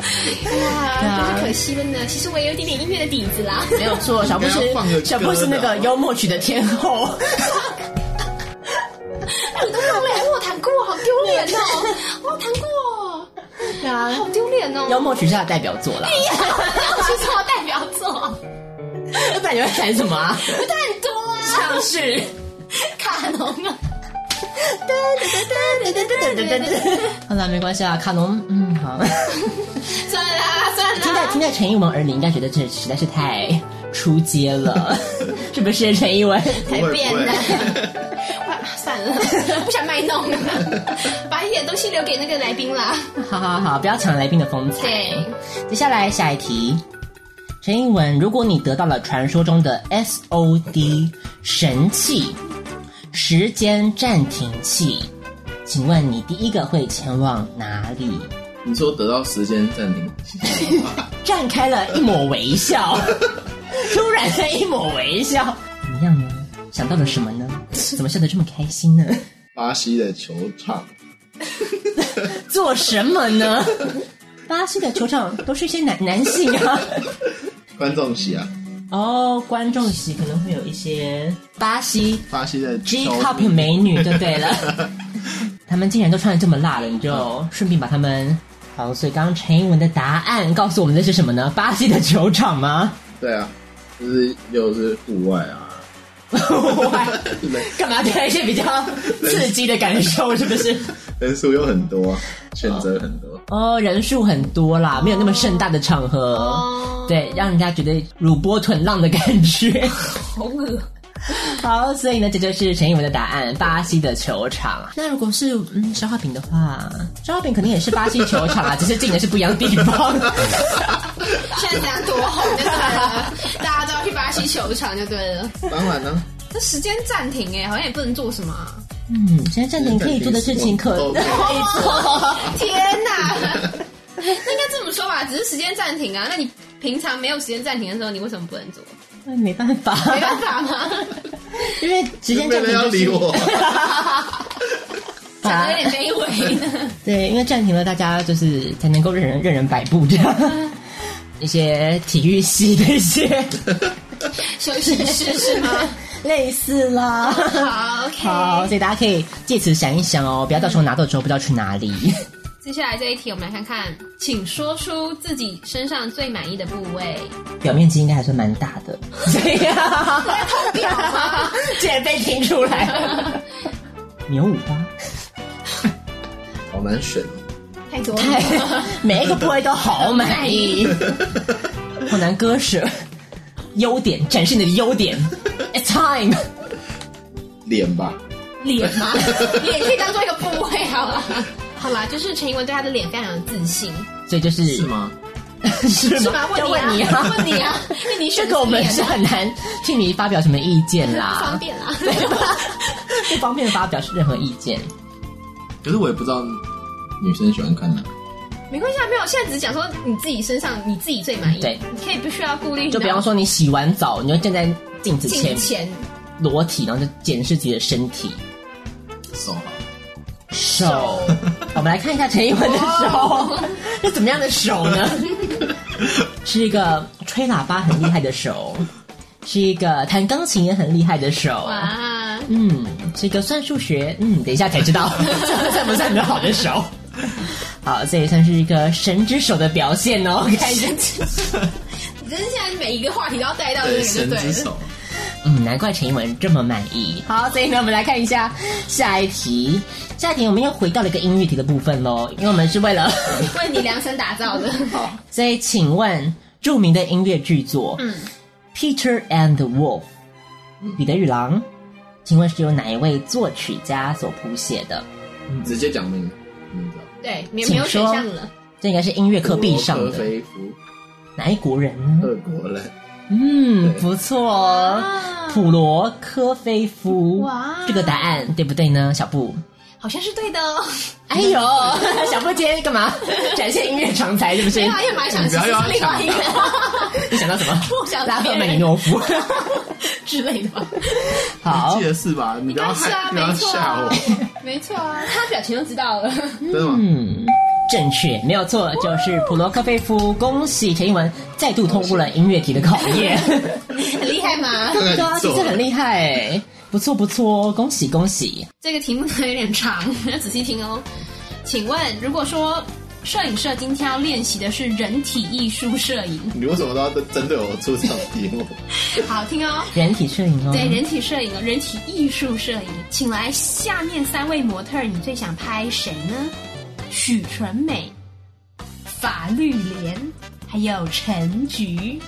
Speaker 4: 啊，真是可惜了呢。其实我也有一点点音乐的底子啦。
Speaker 5: (laughs) 没有错，小布
Speaker 8: 应该要放个
Speaker 5: 是
Speaker 8: 歌
Speaker 5: 小布是那个
Speaker 8: 的
Speaker 5: 幽默曲的天后。
Speaker 4: 你都没有来，我有哦弹过，好丢脸哦！我有弹过，
Speaker 5: 对啊，
Speaker 4: 好丢脸 (laughs) 哦！
Speaker 5: 幽默曲是他的代表作啦。 (laughs)
Speaker 4: 去做代表作，
Speaker 5: 要不然你会弹什么 (laughs) 啊？
Speaker 4: 我当然多啊，
Speaker 5: 像是。
Speaker 4: 卡农啊。
Speaker 5: 好了，没关系啊，卡农，嗯，好。
Speaker 4: 算了啦算
Speaker 5: 听
Speaker 4: 了
Speaker 5: 在
Speaker 4: 啦，
Speaker 5: 听在陈艺文耳里，应该觉得这实在是太出街 (laughs) 了，是不是？陈艺文，
Speaker 4: 太
Speaker 8: 不会
Speaker 4: 变了。哇算了，我不想卖弄了， (laughs) 把一点东西留给那个来宾啦。
Speaker 5: 好好好，不要抢来宾的风采。
Speaker 4: 对，
Speaker 5: 接下来下一题，陈英文，如果你得到了传说中的 SOD 神器，时间暂停器，请问你第一个会前往哪里？
Speaker 8: (laughs) 你说得到时间暂停，
Speaker 5: 绽开了一抹微 (laughs) 笑，突然的一抹微笑，怎么样呢？想到了什么呢？怎么笑得这么开心呢？
Speaker 8: 巴西的球场，
Speaker 5: (laughs) 做什么呢？ (laughs) 巴西的球场都是一些男男性啊。
Speaker 8: 观众席啊，
Speaker 5: 哦，观众席可能会有一些巴西
Speaker 8: 巴西的
Speaker 5: G
Speaker 8: 球
Speaker 5: Cup 美女就对了，他们竟然都穿的这么辣了，你就顺便把他们。好，所以刚刚陈英文的答案告诉我们的是什么呢？巴西的球场吗？
Speaker 8: 对啊，就是又是户外啊，
Speaker 5: 干嘛给他一些比较刺激的感受？是不是？
Speaker 8: 人数又很多啊，选择很多。
Speaker 5: 哦，人数很多啦，没有那么盛大的场合，对，让人家觉得乳波臀浪的感 (laughs) 觉。
Speaker 4: 好恶。
Speaker 5: 好，所以呢，这就是陈以文的答案，巴西的球场。那如果是嗯消化饼的话，消化饼肯定也是巴西球场 (laughs) 啊，只是进的是不一样的地方。
Speaker 4: 现在讲多红就对了，大家都要去巴西球场就对了。
Speaker 8: 当然啊
Speaker 5: (laughs)
Speaker 8: 呢，
Speaker 4: 这时间暂停哎，好像也不能做什么啊、
Speaker 5: 嗯，现在暂停可以做的事情可
Speaker 8: 嗯
Speaker 5: 可 (laughs) 以做。
Speaker 4: 天哪，那应该这么说吧，只是时间暂停啊。那你平常没有时间暂停的时候，你为什么不能做？
Speaker 5: 那 (laughs) 没办法，
Speaker 4: 没办法 (laughs) 吗？
Speaker 5: 因为时间
Speaker 8: 没
Speaker 5: 暂
Speaker 8: 人
Speaker 5: 停
Speaker 8: 要
Speaker 5: 就
Speaker 8: 理
Speaker 5: 是 (laughs)
Speaker 8: 我，
Speaker 4: 讲
Speaker 5: 啊
Speaker 4: 的有点卑微呢。
Speaker 5: 对，因为暂停了，大家就是才能够任人任人摆布这 (laughs) 样。一些体育系的一些
Speaker 4: 休息室是 (laughs) 吗？
Speaker 5: 类似啦。
Speaker 4: 好，OK。
Speaker 5: 好，所以大家可以借此想一想哦，不要到时候拿到之后不知道去哪里。
Speaker 4: 接下来这一题，我们来看看，请说出自己身上最满意的部位。
Speaker 5: (laughs)
Speaker 4: (laughs)
Speaker 5: 表面积应该还算蛮大的，对呀， (laughs) 竟然被听出来 (laughs) 了。牛五花，
Speaker 8: 好难选哦。
Speaker 4: 太多了，
Speaker 5: 哎每一个部位都好满 (laughs) 意，好难割舍。优点，展示你的优点。It's time，
Speaker 8: 脸吧，
Speaker 4: 脸 (laughs) 吗？脸可以当做一个部位好了。 (laughs) 好啦，就是陈英文对他的脸非常有自信，
Speaker 5: 所以就是
Speaker 8: 是吗？
Speaker 5: (laughs) 是
Speaker 4: 是吗？
Speaker 5: 要问
Speaker 4: 问
Speaker 5: 你
Speaker 4: 啊，
Speaker 5: 啊，
Speaker 4: (laughs) 问你啊，因为你
Speaker 5: (laughs) 这
Speaker 4: 选
Speaker 5: 个我们
Speaker 4: 脸
Speaker 5: 是
Speaker 4: 啊
Speaker 5: 很难替你发表什么意见
Speaker 4: 不方
Speaker 5: (laughs) 啦，
Speaker 4: 便啦。
Speaker 5: 不方便发表任何意见。
Speaker 8: 可是我也不知道女生喜欢看哪。
Speaker 4: 没关系啊，没有，现在只是讲说你自己身上你自己最满意，
Speaker 5: 对，
Speaker 4: 你可以不需要顾虑，
Speaker 5: 就比方说你洗完澡，你就站在镜子前
Speaker 4: 金钱。
Speaker 5: 裸体，然后就检视自己的身体。
Speaker 8: 手吧，
Speaker 5: 手，我们来看一下陈一文的手，是怎么样的手
Speaker 4: (laughs)
Speaker 5: 呢？是一个吹喇叭很厉害的手，是一个弹钢琴也很厉害的手，
Speaker 4: 哇，
Speaker 5: 嗯，是一个算数学，嗯，等一下才知
Speaker 8: (laughs)
Speaker 5: 道算不算得好的手。好，这也算是一个神之手的表现哦，
Speaker 8: 嗯
Speaker 5: 感觉。
Speaker 4: 你真是现在每一个话题都要带
Speaker 5: 哦
Speaker 4: 到这
Speaker 8: 对，
Speaker 4: 个就
Speaker 8: 神
Speaker 4: 对
Speaker 8: 之
Speaker 4: 了。
Speaker 8: 手，
Speaker 5: 嗯，难怪陈英文这么满意。好，所以呢，我们来看一下下一题。下一题我们又回到了一个音乐题的部分喽，因为我们是为了， (laughs)
Speaker 4: 为你量身打造的，
Speaker 5: 所以请问著名的音乐剧作，
Speaker 4: 嗯
Speaker 5: ，Peter and the Wolf，彼
Speaker 8: 嗯
Speaker 5: 得与狼，请问是由哪一位作曲家所谱写的？
Speaker 8: 直接讲名，你知道？
Speaker 4: 对，你
Speaker 5: 请
Speaker 4: 没有选
Speaker 5: 说
Speaker 4: 项了。
Speaker 5: 这应该是音乐课必上
Speaker 8: 罗科
Speaker 5: 的，
Speaker 8: 菲夫，
Speaker 5: 哪一国人呢？
Speaker 8: 俄国人，
Speaker 5: 嗯，
Speaker 8: 对
Speaker 5: 不错哦，
Speaker 4: 啊
Speaker 5: 普罗科菲夫，
Speaker 4: 哇
Speaker 5: 这个答案对不对呢？小布，
Speaker 4: 好像是对的哦。
Speaker 5: 哎呦， (laughs) 小布今天干嘛？展现音乐常才是哎不是
Speaker 4: 对？啊，因为马想其实是另外一 (laughs) 个
Speaker 5: 你想到什么？
Speaker 4: 不想
Speaker 5: 拉
Speaker 4: 别
Speaker 5: 赫
Speaker 4: 人
Speaker 5: 曼尼诺夫。
Speaker 4: (laughs) 之类的吧。
Speaker 5: 好
Speaker 8: 记，得是吧？你不要
Speaker 4: 是啊，
Speaker 8: 害，不要
Speaker 4: 没错
Speaker 8: 吓
Speaker 4: 啊
Speaker 8: 我，，
Speaker 4: 没错啊，他表情就知道了。
Speaker 8: 真的吗？
Speaker 5: 嗯，正确，没有错，就是普罗科菲夫。恭喜陈英文再度通过了音乐题的考验。
Speaker 4: (laughs) 很厉害吗？
Speaker 8: 看
Speaker 5: (laughs) 对
Speaker 8: 看
Speaker 5: 啊，
Speaker 8: 你
Speaker 5: 其
Speaker 8: 做
Speaker 5: 实很
Speaker 8: 了，
Speaker 5: 厉害、不错不错，哦恭喜恭喜。
Speaker 4: 这个题目呢有点长，要仔细听哦。请问，如果说摄影社今天要练习的是人体艺术摄影，
Speaker 8: 你为什么都要针对我出这种题目？
Speaker 4: 好听哦。
Speaker 5: 人体摄影哦，
Speaker 4: 对，人体摄影哦，人体艺术摄影，请来下面三位模特儿，你最想拍谁呢？许纯美、法律莲，还有陈菊。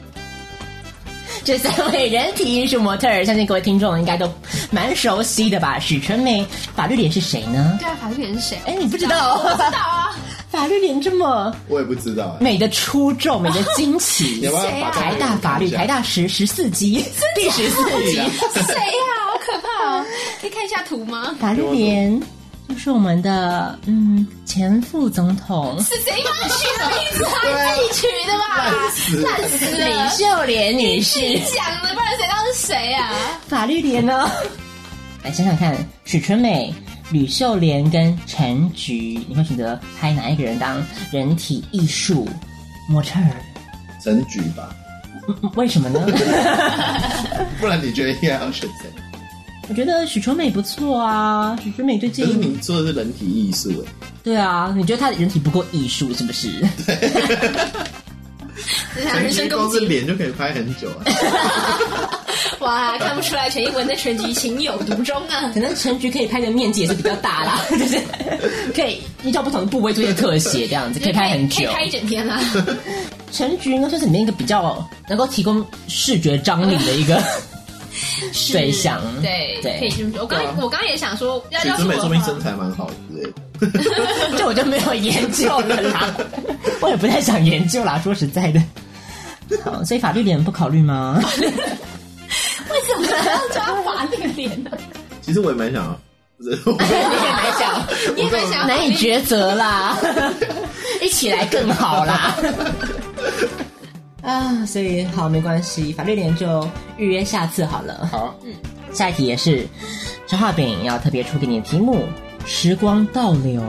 Speaker 5: 这三位人体艺术模特儿，相信各位听众应该都蛮熟悉的吧？许纯美，法律脸是谁呢？
Speaker 4: 对啊，法律莲是谁？
Speaker 5: 哎，你不知道哦？
Speaker 4: 知道啊，
Speaker 5: (laughs) 法律脸这么
Speaker 8: 我也不知道，哎
Speaker 5: 美的出众，美的惊 (laughs)
Speaker 8: 你
Speaker 5: 奇
Speaker 8: 要。不要把
Speaker 5: 台大啊法律，台大十十四级，第
Speaker 8: (laughs)
Speaker 5: 十四级，
Speaker 4: 哎谁呀、好可怕哦！可以看一下图吗？
Speaker 5: 法律脸。是我们的嗯前副总统
Speaker 4: 是谁帮你取的名字啊？你自己取的吧？烂死了！
Speaker 5: 秀莲女士
Speaker 4: 你，讲的，不然谁知道是谁啊？
Speaker 5: 法律莲呢？ (laughs) 来想想看，许纯美、吕秀莲跟陈菊，你会选择拍哪一个人当人体艺术模特儿？
Speaker 8: 陈菊吧，
Speaker 5: 嗯为什么 (laughs) 呢？
Speaker 8: 不然你觉得应该要选谁？
Speaker 5: 我觉得许纯美不错啊，许纯美最
Speaker 8: 可是
Speaker 5: 近
Speaker 8: 你做的是人体艺术哎，
Speaker 5: 对啊，你觉得她的人体不够艺术是不是？
Speaker 4: 人
Speaker 8: 陈
Speaker 4: 身
Speaker 8: 菊
Speaker 4: 啊攻
Speaker 8: 光是
Speaker 4: 击！
Speaker 8: 脸就可以拍很久
Speaker 4: (laughs)
Speaker 8: 啊。
Speaker 4: 哇，看不出来陈一文对全局情有独钟啊！
Speaker 5: (laughs) 可能陈菊可以拍的面积也是比较大啦，就是 (laughs) 可以依照不同的部位做一些特写，这样子可以拍很
Speaker 4: 可以
Speaker 5: 久。
Speaker 4: 拍一整天啊啦。
Speaker 5: 陈菊应该算是里面一个比较能够提供视觉张力的一
Speaker 4: (laughs)
Speaker 5: 个对象。
Speaker 4: 对可
Speaker 5: 对，
Speaker 4: 以这么说。我刚
Speaker 8: 对啊
Speaker 4: 我刚刚也想说，要
Speaker 8: 许
Speaker 4: 要是
Speaker 8: 纯美
Speaker 4: 我
Speaker 8: 说
Speaker 4: 的
Speaker 8: 明
Speaker 4: 话
Speaker 8: 身材蛮好之类的。
Speaker 5: 这我就没有研究了
Speaker 4: (laughs)
Speaker 5: 啦，我也不太想研究啦。说实在的，好，所以法律脸不考虑吗？
Speaker 4: 为什么要抓法律脸呢？
Speaker 8: 其实我也蛮想要，
Speaker 4: (laughs)
Speaker 8: 不是，我
Speaker 5: 你也蛮想，
Speaker 4: 你也蛮想要
Speaker 5: 难以抉择啦， (laughs) 一起来更好啦。 (laughs) 啊，所以好没关系，法律脸就预约下次好了。嗯
Speaker 8: 好，
Speaker 5: 下一题也是小画饼要特别出给你的题目：时光倒流，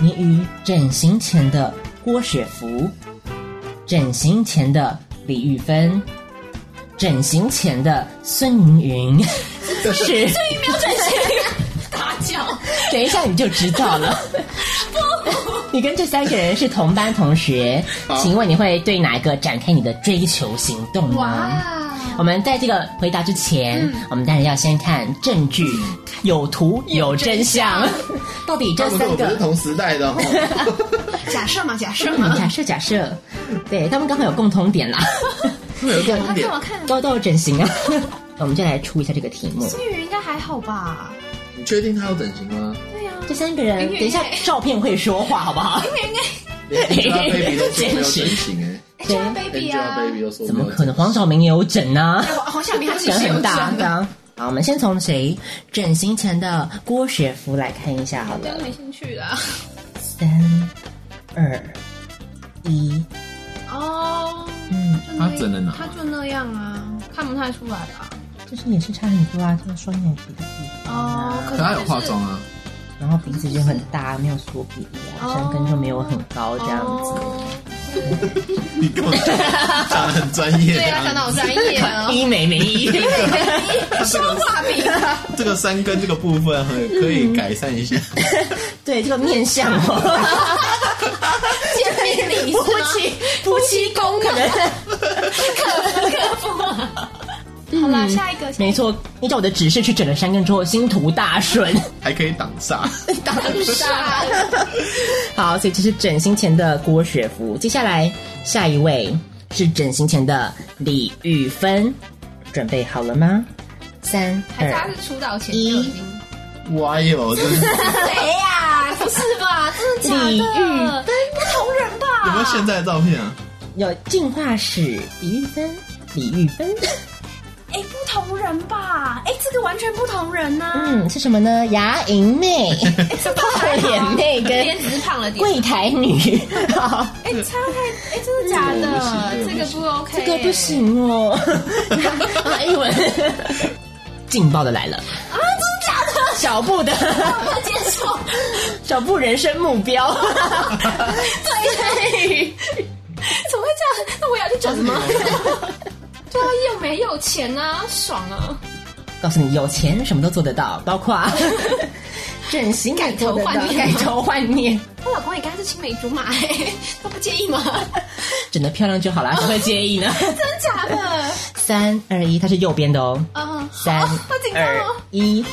Speaker 5: 你与整形前的郭雪芙、整形前的李玉芬、整形前的孙云云是。
Speaker 4: 打脚。
Speaker 5: (laughs) 等一下你就知道了。你跟这三个人是同班同学，请问你会对哪一个展开你的追求行动呢？
Speaker 4: 哇！
Speaker 5: 我们在这个回答之前，我们当然要先看证据，有图有真相。 (laughs) 到底这
Speaker 8: 他们跟
Speaker 5: 三
Speaker 8: 我不是
Speaker 5: 个
Speaker 8: 同时
Speaker 4: (laughs)
Speaker 8: 代的哦。
Speaker 4: 假设嘛，假设嘛。
Speaker 5: 假设假设，对他们刚好有共同点啦， (laughs)
Speaker 8: 会有共同点
Speaker 4: 看我看，
Speaker 5: 都都有整形啊。 (laughs) 我们就来出一下这个题目。
Speaker 4: 金鱼应该还好吧？
Speaker 8: 你确定他有整形吗？
Speaker 4: 对呀、啊，
Speaker 5: 这三个人，
Speaker 4: 因为
Speaker 5: 等一下照片会说话，好不好？
Speaker 4: 金鱼应该
Speaker 8: 连 Angelababy 都说没有
Speaker 5: 坚持
Speaker 8: 整形
Speaker 4: (laughs) 哎
Speaker 8: 哎
Speaker 4: 就是 baby 啊，
Speaker 8: ，Angelababy 都说
Speaker 5: 怎
Speaker 8: 没
Speaker 5: 么
Speaker 8: 有
Speaker 5: 可
Speaker 8: 整
Speaker 5: 能？黄晓明也有整啊。
Speaker 4: 黄黄晓明
Speaker 5: (laughs)
Speaker 4: 他是
Speaker 5: 人
Speaker 4: 是有
Speaker 5: 很大
Speaker 4: 真
Speaker 5: 的
Speaker 4: 的，
Speaker 5: 啊。好，我们先从谁整形前的郭雪芙来看一下好了
Speaker 4: 真，没兴趣啦。
Speaker 5: (laughs) 三、二、一，
Speaker 4: 哦，
Speaker 5: 嗯，
Speaker 4: 就那
Speaker 8: 他整了哪
Speaker 4: 他就那样啊，看不太出来吧？
Speaker 5: 就是也是差很多啊，就是双眼皮的地方啊，
Speaker 4: 哦，可
Speaker 8: 可
Speaker 4: 是
Speaker 8: 他有化妆
Speaker 4: (laughs)
Speaker 8: 啊，
Speaker 5: 然后鼻子就很大，没有锁鼻啊，山根就没有很高这样子。
Speaker 4: 哦
Speaker 8: 你根本就长得很专业。
Speaker 4: 对啊，讲的好专业哦。
Speaker 5: 医美名医，
Speaker 4: 消化饼，
Speaker 8: 这个三根这个部分很可以改善一下。
Speaker 5: (laughs) 对这个面相 (laughs) 哦，
Speaker 4: 见面礼是
Speaker 5: 夫
Speaker 4: 吗
Speaker 5: 妻夫妻宫可能。
Speaker 4: 好啦，下一个，
Speaker 5: (laughs) 没错，依照我的指示去整了山根之后，星途大顺。
Speaker 8: 还可以挡
Speaker 4: (laughs)
Speaker 8: 煞，
Speaker 4: 下一个
Speaker 5: (laughs) 好，所以这是整形前的郭雪芙。接下来下一位是整形前的李玉芬，准备好了吗？三
Speaker 4: 还是他
Speaker 5: 二
Speaker 4: 是出道前就已经。
Speaker 8: 哇哟，真的是
Speaker 4: 谁呀？不是吧？真的假
Speaker 5: 李玉
Speaker 4: 的？不同人
Speaker 8: 有没有
Speaker 4: 吧？
Speaker 8: 现在的照片啊？
Speaker 5: 有进化史李玉芬，李玉芬，
Speaker 4: 哎，不同人吧？哎，这个完全不同人呐。
Speaker 5: 嗯，是什么呢？牙龈妹、泡脸妹
Speaker 4: 脸只
Speaker 5: 跟
Speaker 4: 是胖了点。
Speaker 5: 柜台女，好，
Speaker 4: 哎，差太哎，真的假的？这
Speaker 8: 这
Speaker 4: 个不 OK，
Speaker 5: 这个不行哦， (laughs) 啊英文劲爆的来了，
Speaker 4: 啊！真的假的？
Speaker 5: 小布的
Speaker 4: 我接受。
Speaker 5: 小布人生目标。
Speaker 4: 对， (laughs) 怎么会这样？那我也要去整
Speaker 8: (laughs)
Speaker 4: 吗？对啊，又没有钱啊，爽啊！
Speaker 5: 告诉你，有钱什么都做得到，包 (laughs) 括整形改
Speaker 4: 头换面
Speaker 5: 改头换面，
Speaker 4: 我老公也跟他是青梅竹马、 (laughs) 欸，他不介意吗？ (laughs)
Speaker 5: 整得漂亮就好啦，谁会介意 (laughs) 呢？
Speaker 4: 真的假 (laughs) 的？
Speaker 5: 三二一，它是右边的哦。
Speaker 4: 嗯，
Speaker 5: 三
Speaker 4: 好好紧张
Speaker 5: 二
Speaker 4: 哦。
Speaker 5: 一，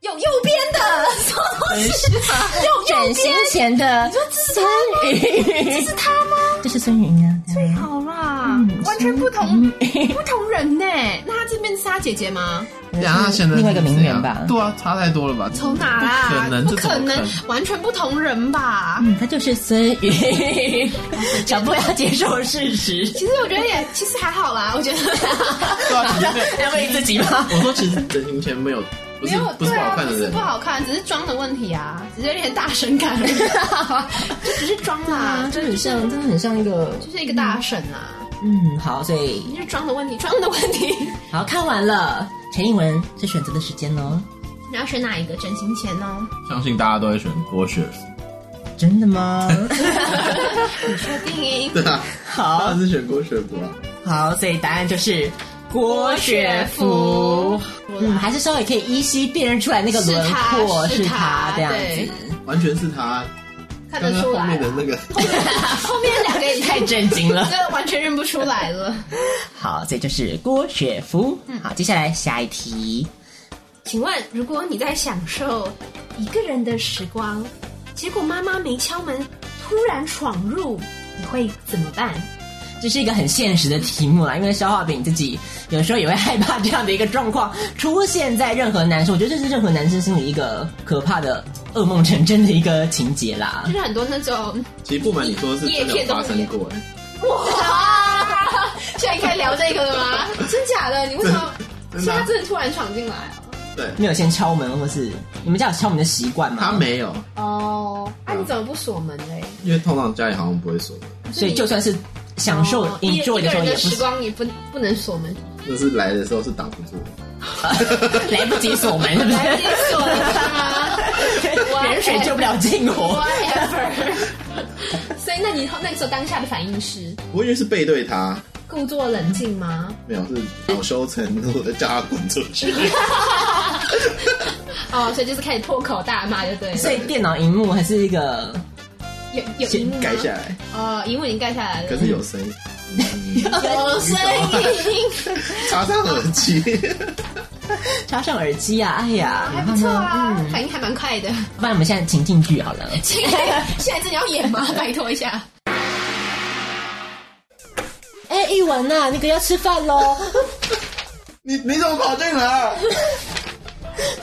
Speaker 4: 有右边的 (laughs) 什么东西？有右
Speaker 5: 整形
Speaker 4: 边
Speaker 5: 前的孙云，
Speaker 4: 是他吗？
Speaker 5: 这是孙云啊。对啊
Speaker 4: 好啦，完全不同 (laughs) 不同人呢、那他这边是他姐姐吗？
Speaker 8: 等一下他现在
Speaker 5: 另外一
Speaker 8: 是
Speaker 5: 个名
Speaker 8: 怎
Speaker 5: 媛
Speaker 8: 样
Speaker 5: 吧
Speaker 8: 对啊，差太多了吧？
Speaker 4: 从哪啦？
Speaker 8: 不可能，
Speaker 4: 不
Speaker 8: 这怎么
Speaker 4: 可能，完全不同人吧？
Speaker 5: 嗯，他就是孙云。小布要接受事实，
Speaker 4: 其实我觉得也，其实还好啦，我觉得。 (laughs)
Speaker 8: 对啊，其实没有 (laughs)
Speaker 5: 安慰自己吗？
Speaker 8: 我说其实整形前没有不
Speaker 4: 没
Speaker 8: 是
Speaker 4: 有，
Speaker 8: 不
Speaker 4: 对
Speaker 8: 是不好
Speaker 4: 啊，
Speaker 8: 看
Speaker 4: 不
Speaker 8: 的
Speaker 4: 是
Speaker 8: 人
Speaker 4: 不。好看，只是妆的问题啊，只是有点大神感而已， (laughs) 就只是妆啦，
Speaker 5: 就很像，真的很像一个，
Speaker 4: 就是一个大神啊，
Speaker 5: 嗯，好，所以
Speaker 4: 就是妆的问题，妆的问 (laughs) 题。
Speaker 5: 好看完了，陈艺文是选择的时间哦。
Speaker 4: 你要选哪一个真心钱呢？
Speaker 8: 相信大家都会选郭雪芙，
Speaker 5: 真的吗？ (laughs)
Speaker 4: 确定？
Speaker 8: 对 (laughs) 啊，当
Speaker 5: 好
Speaker 8: 然是选郭雪芙啊。
Speaker 5: 好，所以答案就是郭雪
Speaker 4: 郭
Speaker 5: 芙。嗯，还是稍微可以依稀辨认出来那个轮廓
Speaker 4: 是
Speaker 5: 是
Speaker 4: 她是她
Speaker 5: 她这样
Speaker 4: 对
Speaker 5: 子。
Speaker 8: 完全是他。
Speaker 4: 看
Speaker 8: 刚
Speaker 4: 得
Speaker 8: 刚
Speaker 4: 出
Speaker 8: 后
Speaker 4: 来
Speaker 8: 面的
Speaker 4: 啊，(laughs)
Speaker 8: 那个，
Speaker 4: 后面两个也太
Speaker 5: 太震惊了。
Speaker 4: (laughs)
Speaker 5: (laughs)
Speaker 4: 这完全认不出来了。
Speaker 5: 好，所以就是郭雪芙。好，接下来下一题。
Speaker 4: 请问，如果你在享受一个人的时光，结果妈妈没敲门，突然闯入，你会怎么办？
Speaker 5: 这是一个很现实的题目啦，因为消化饼自己有时候也会害怕这样的一个状况出现在任何男生，我觉得这是任何男生心里一个可怕的噩梦成真的一个情节啦
Speaker 4: 就。是很多那种
Speaker 8: 其实不瞒你说，是真的有发生过，哎
Speaker 4: 哇， (laughs) 现在开始聊这个了吗？真假的？你为什么？
Speaker 8: 真
Speaker 4: 是
Speaker 8: 的
Speaker 4: 他
Speaker 8: 啊。
Speaker 4: 真的突然闯进来啊？
Speaker 8: 对，
Speaker 5: 没有先敲门，或是你们家有敲门的习惯吗？
Speaker 8: 他，没有，
Speaker 4: 哦，那、你怎么不锁门嘞？
Speaker 8: 因为通常家里好像不会锁门，
Speaker 5: 所以就算是享受、
Speaker 4: 哦一
Speaker 5: enjoy
Speaker 4: 一
Speaker 5: 的
Speaker 4: 个
Speaker 5: 时候，
Speaker 4: 人
Speaker 5: 也
Speaker 4: 的
Speaker 5: 不
Speaker 4: 时
Speaker 5: 是
Speaker 4: 光你不不能锁门，
Speaker 8: 就是来的时候是挡不住的。
Speaker 5: (laughs) 来不及哎锁门，是不
Speaker 4: (laughs) 来不及
Speaker 5: 是？
Speaker 4: 锁门
Speaker 5: (laughs)
Speaker 4: 是吗？ (laughs)
Speaker 5: 远水救不了近火。 (laughs)
Speaker 4: Whatever。所以那你那个时候当下的反应是
Speaker 8: 我以为是背对他，
Speaker 4: 故作冷静吗？
Speaker 8: 没有，是恼羞成怒的叫他滚出
Speaker 4: (laughs)
Speaker 8: 去。 (laughs)
Speaker 4: 哦，所以就是开始破口大骂，就对了。
Speaker 5: 所以电脑荧幕还是一个
Speaker 4: 有有
Speaker 5: 先
Speaker 4: 荧幕吗
Speaker 8: 改下来，
Speaker 4: 哦，荧幕已经盖下来了。哦
Speaker 8: 可是有声音，
Speaker 4: 有声音，
Speaker 8: 插上耳机。
Speaker 5: 插上耳机啊，哎呀，
Speaker 4: (laughs) 还不错啊，
Speaker 5: 嗯
Speaker 4: 反应还蛮快的。
Speaker 5: 不然我们现在情境剧好了。
Speaker 4: 现
Speaker 5: (laughs)
Speaker 4: 在现在真的要演吗？拜托一下。
Speaker 5: 哎，玉文呐、那个要吃饭
Speaker 4: (laughs)
Speaker 5: 喽，
Speaker 8: (laughs) 你你怎么跑啊进来？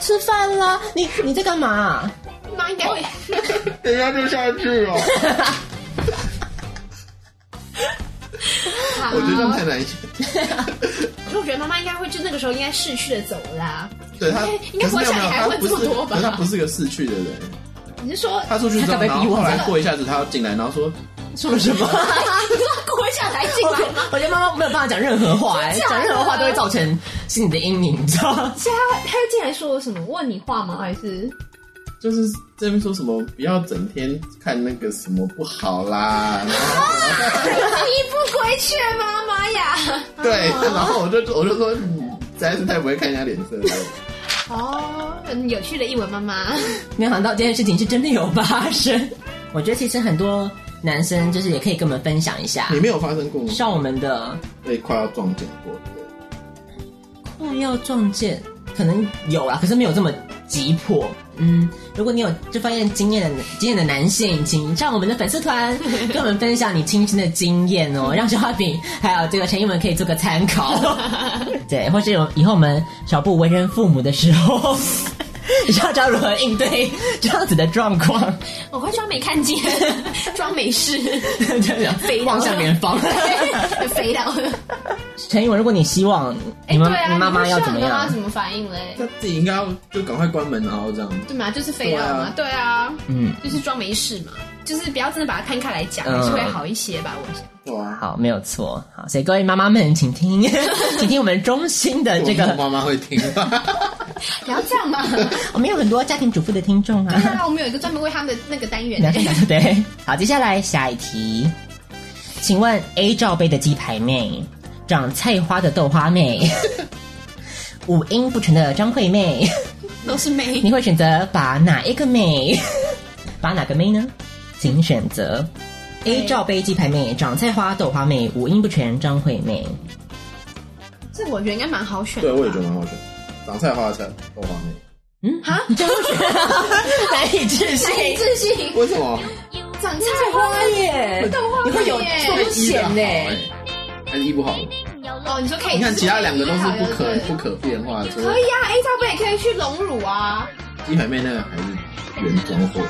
Speaker 5: 吃饭啦！你你在干嘛、
Speaker 4: 啊妈应该会，
Speaker 8: 等一下就下
Speaker 4: (laughs)
Speaker 8: 去哦。我觉得这样太难选。
Speaker 4: 可是我觉得妈妈应该会，就那个时候应该逝去的走啦。
Speaker 8: 对他
Speaker 4: 哎应该不
Speaker 8: 可
Speaker 4: 会
Speaker 8: 是
Speaker 4: 像
Speaker 8: 没
Speaker 4: 你
Speaker 8: 有没有，
Speaker 4: 还
Speaker 8: 他
Speaker 4: 问
Speaker 8: 不
Speaker 4: 这
Speaker 8: 是
Speaker 4: 么多吧
Speaker 8: 可是他不是个逝去的人，
Speaker 4: 你是
Speaker 5: (laughs)
Speaker 4: 说哎
Speaker 8: 他出去之
Speaker 5: 他
Speaker 8: 后，
Speaker 5: 干嘛
Speaker 8: 然
Speaker 5: 逼
Speaker 8: 后
Speaker 5: 我
Speaker 8: 后来
Speaker 5: 这个
Speaker 8: 过一下子，他要进来，然后说
Speaker 5: 说了什
Speaker 4: (laughs)
Speaker 5: 么？
Speaker 4: 滚下来进来吗？
Speaker 5: (laughs) 我觉得妈妈没有办法讲任何话、哎
Speaker 4: 真假的
Speaker 5: 讲任何话都会造成心理的阴影，你知道吗？ (laughs)
Speaker 4: 是他他会进来说我什么？问你话吗？还是
Speaker 8: 就是这边说什么不要整天看那个什么不好啦，
Speaker 4: (laughs)
Speaker 8: 然后
Speaker 4: 你不回去妈妈呀？
Speaker 8: 对，然后我就我就说你实在是太不会看人家脸色了。
Speaker 4: 哦，嗯有趣的英文妈妈，
Speaker 5: 没想到这件事情是真的有发生。 (laughs) 我觉得其实很多男生就是也可以跟我们分享一下
Speaker 8: 你，没有发生过吗？
Speaker 5: 像我们的
Speaker 8: 被快要撞见过，对
Speaker 5: 快哦要撞见，可能有啊啦，可是没有这么急迫。嗯，如果你有这方面经验的经验的男性，请上我们的粉丝
Speaker 4: (laughs)
Speaker 5: 团跟我们分享你亲身的经验哦，让小花饼还有这个陈英文可以做个参
Speaker 4: (laughs)
Speaker 5: 考。对，或是有以后我们小布为人父母的时候，你知道知道如何应对这样子的状况，
Speaker 4: 我会装没看 (laughs) 见，装没 (laughs) 事，
Speaker 5: (laughs) 对，望向
Speaker 4: (laughs)
Speaker 5: 远方。
Speaker 4: 肥佬。
Speaker 5: 陈英文，如果你希望
Speaker 4: 哎，
Speaker 5: 你
Speaker 4: 对
Speaker 5: 们、
Speaker 4: 啊，
Speaker 5: 你妈妈
Speaker 4: 你不
Speaker 5: 要
Speaker 4: 知道
Speaker 5: 怎么
Speaker 4: 妈妈
Speaker 5: 样
Speaker 4: 怎？么反应嘞？
Speaker 8: 他自己应该要就赶快关门，然后这样。
Speaker 4: 对嘛，就是肥佬嘛，对啊，
Speaker 5: 嗯，
Speaker 4: 就是装没事嘛，就是不要真的把它摊开来讲，
Speaker 5: 嗯
Speaker 4: 还是会好一些吧，我想。
Speaker 8: 对啊，
Speaker 5: 好，没有错。好，所以各位妈妈们，请听， (laughs) 请听我们衷心的这
Speaker 8: 我 (laughs)
Speaker 5: 个，
Speaker 8: 妈妈会听吧？
Speaker 4: 不要这
Speaker 5: (laughs)
Speaker 4: 样嘛，
Speaker 5: 我们有很多家庭主妇的听众
Speaker 4: 对
Speaker 5: 啊。
Speaker 4: 啊，我们有一个专门为他们的那个单元
Speaker 5: 聊天聊天对，好，接下来下一题，请问 A 罩杯的鸡排妹，长菜花的豆花妹， (laughs) 五音不全的张惠妹， (laughs)
Speaker 4: 都是妹，
Speaker 5: 你会选择把哪一个妹？ (laughs) 把哪个妹呢？请选择 A 罩杯鸡排妹、长菜花豆花妹、五音不全张惠妹。 (laughs)
Speaker 4: 这我觉得应该蛮好选的
Speaker 8: 对，
Speaker 4: 吧。
Speaker 8: 我也觉得蛮好选。长菜花菜豆花妹，
Speaker 4: (laughs)
Speaker 5: 啊，你真的选难以置信，
Speaker 4: 难以置信，
Speaker 8: 为什么？
Speaker 4: 长菜花耶，豆花
Speaker 5: 你会有
Speaker 4: 耶。
Speaker 5: 风险呢、
Speaker 8: 哎还是医不好的。
Speaker 4: 哦，你说可以？
Speaker 8: 你看其他两个都是不可
Speaker 4: 对对对
Speaker 8: 不可变化的，所
Speaker 4: 哎可以啊，A 罩杯也可以去隆乳啊。
Speaker 8: 以鸡排妹那个还是原装货。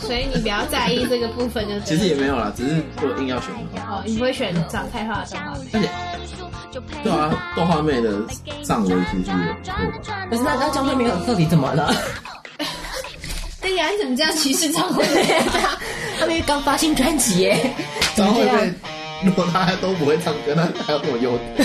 Speaker 4: 所以你不要在意这个部分就
Speaker 8: 其
Speaker 4: 对
Speaker 8: 实
Speaker 4: 了。
Speaker 8: 也没有啦，只是如果硬要选的话，
Speaker 4: 哦，你不会选长太画的动画
Speaker 8: 而且对啊，动画妹的上围其实也不错吧。
Speaker 5: 可是那那张惠妹到底怎么了？
Speaker 4: 对呀，你怎么这样歧视张 (laughs) 惠妹？
Speaker 5: 她那个刚发新专辑耶，怎
Speaker 8: 张
Speaker 5: 么这样？
Speaker 8: 惠妹，如果她都不会唱歌，那她有什么优点？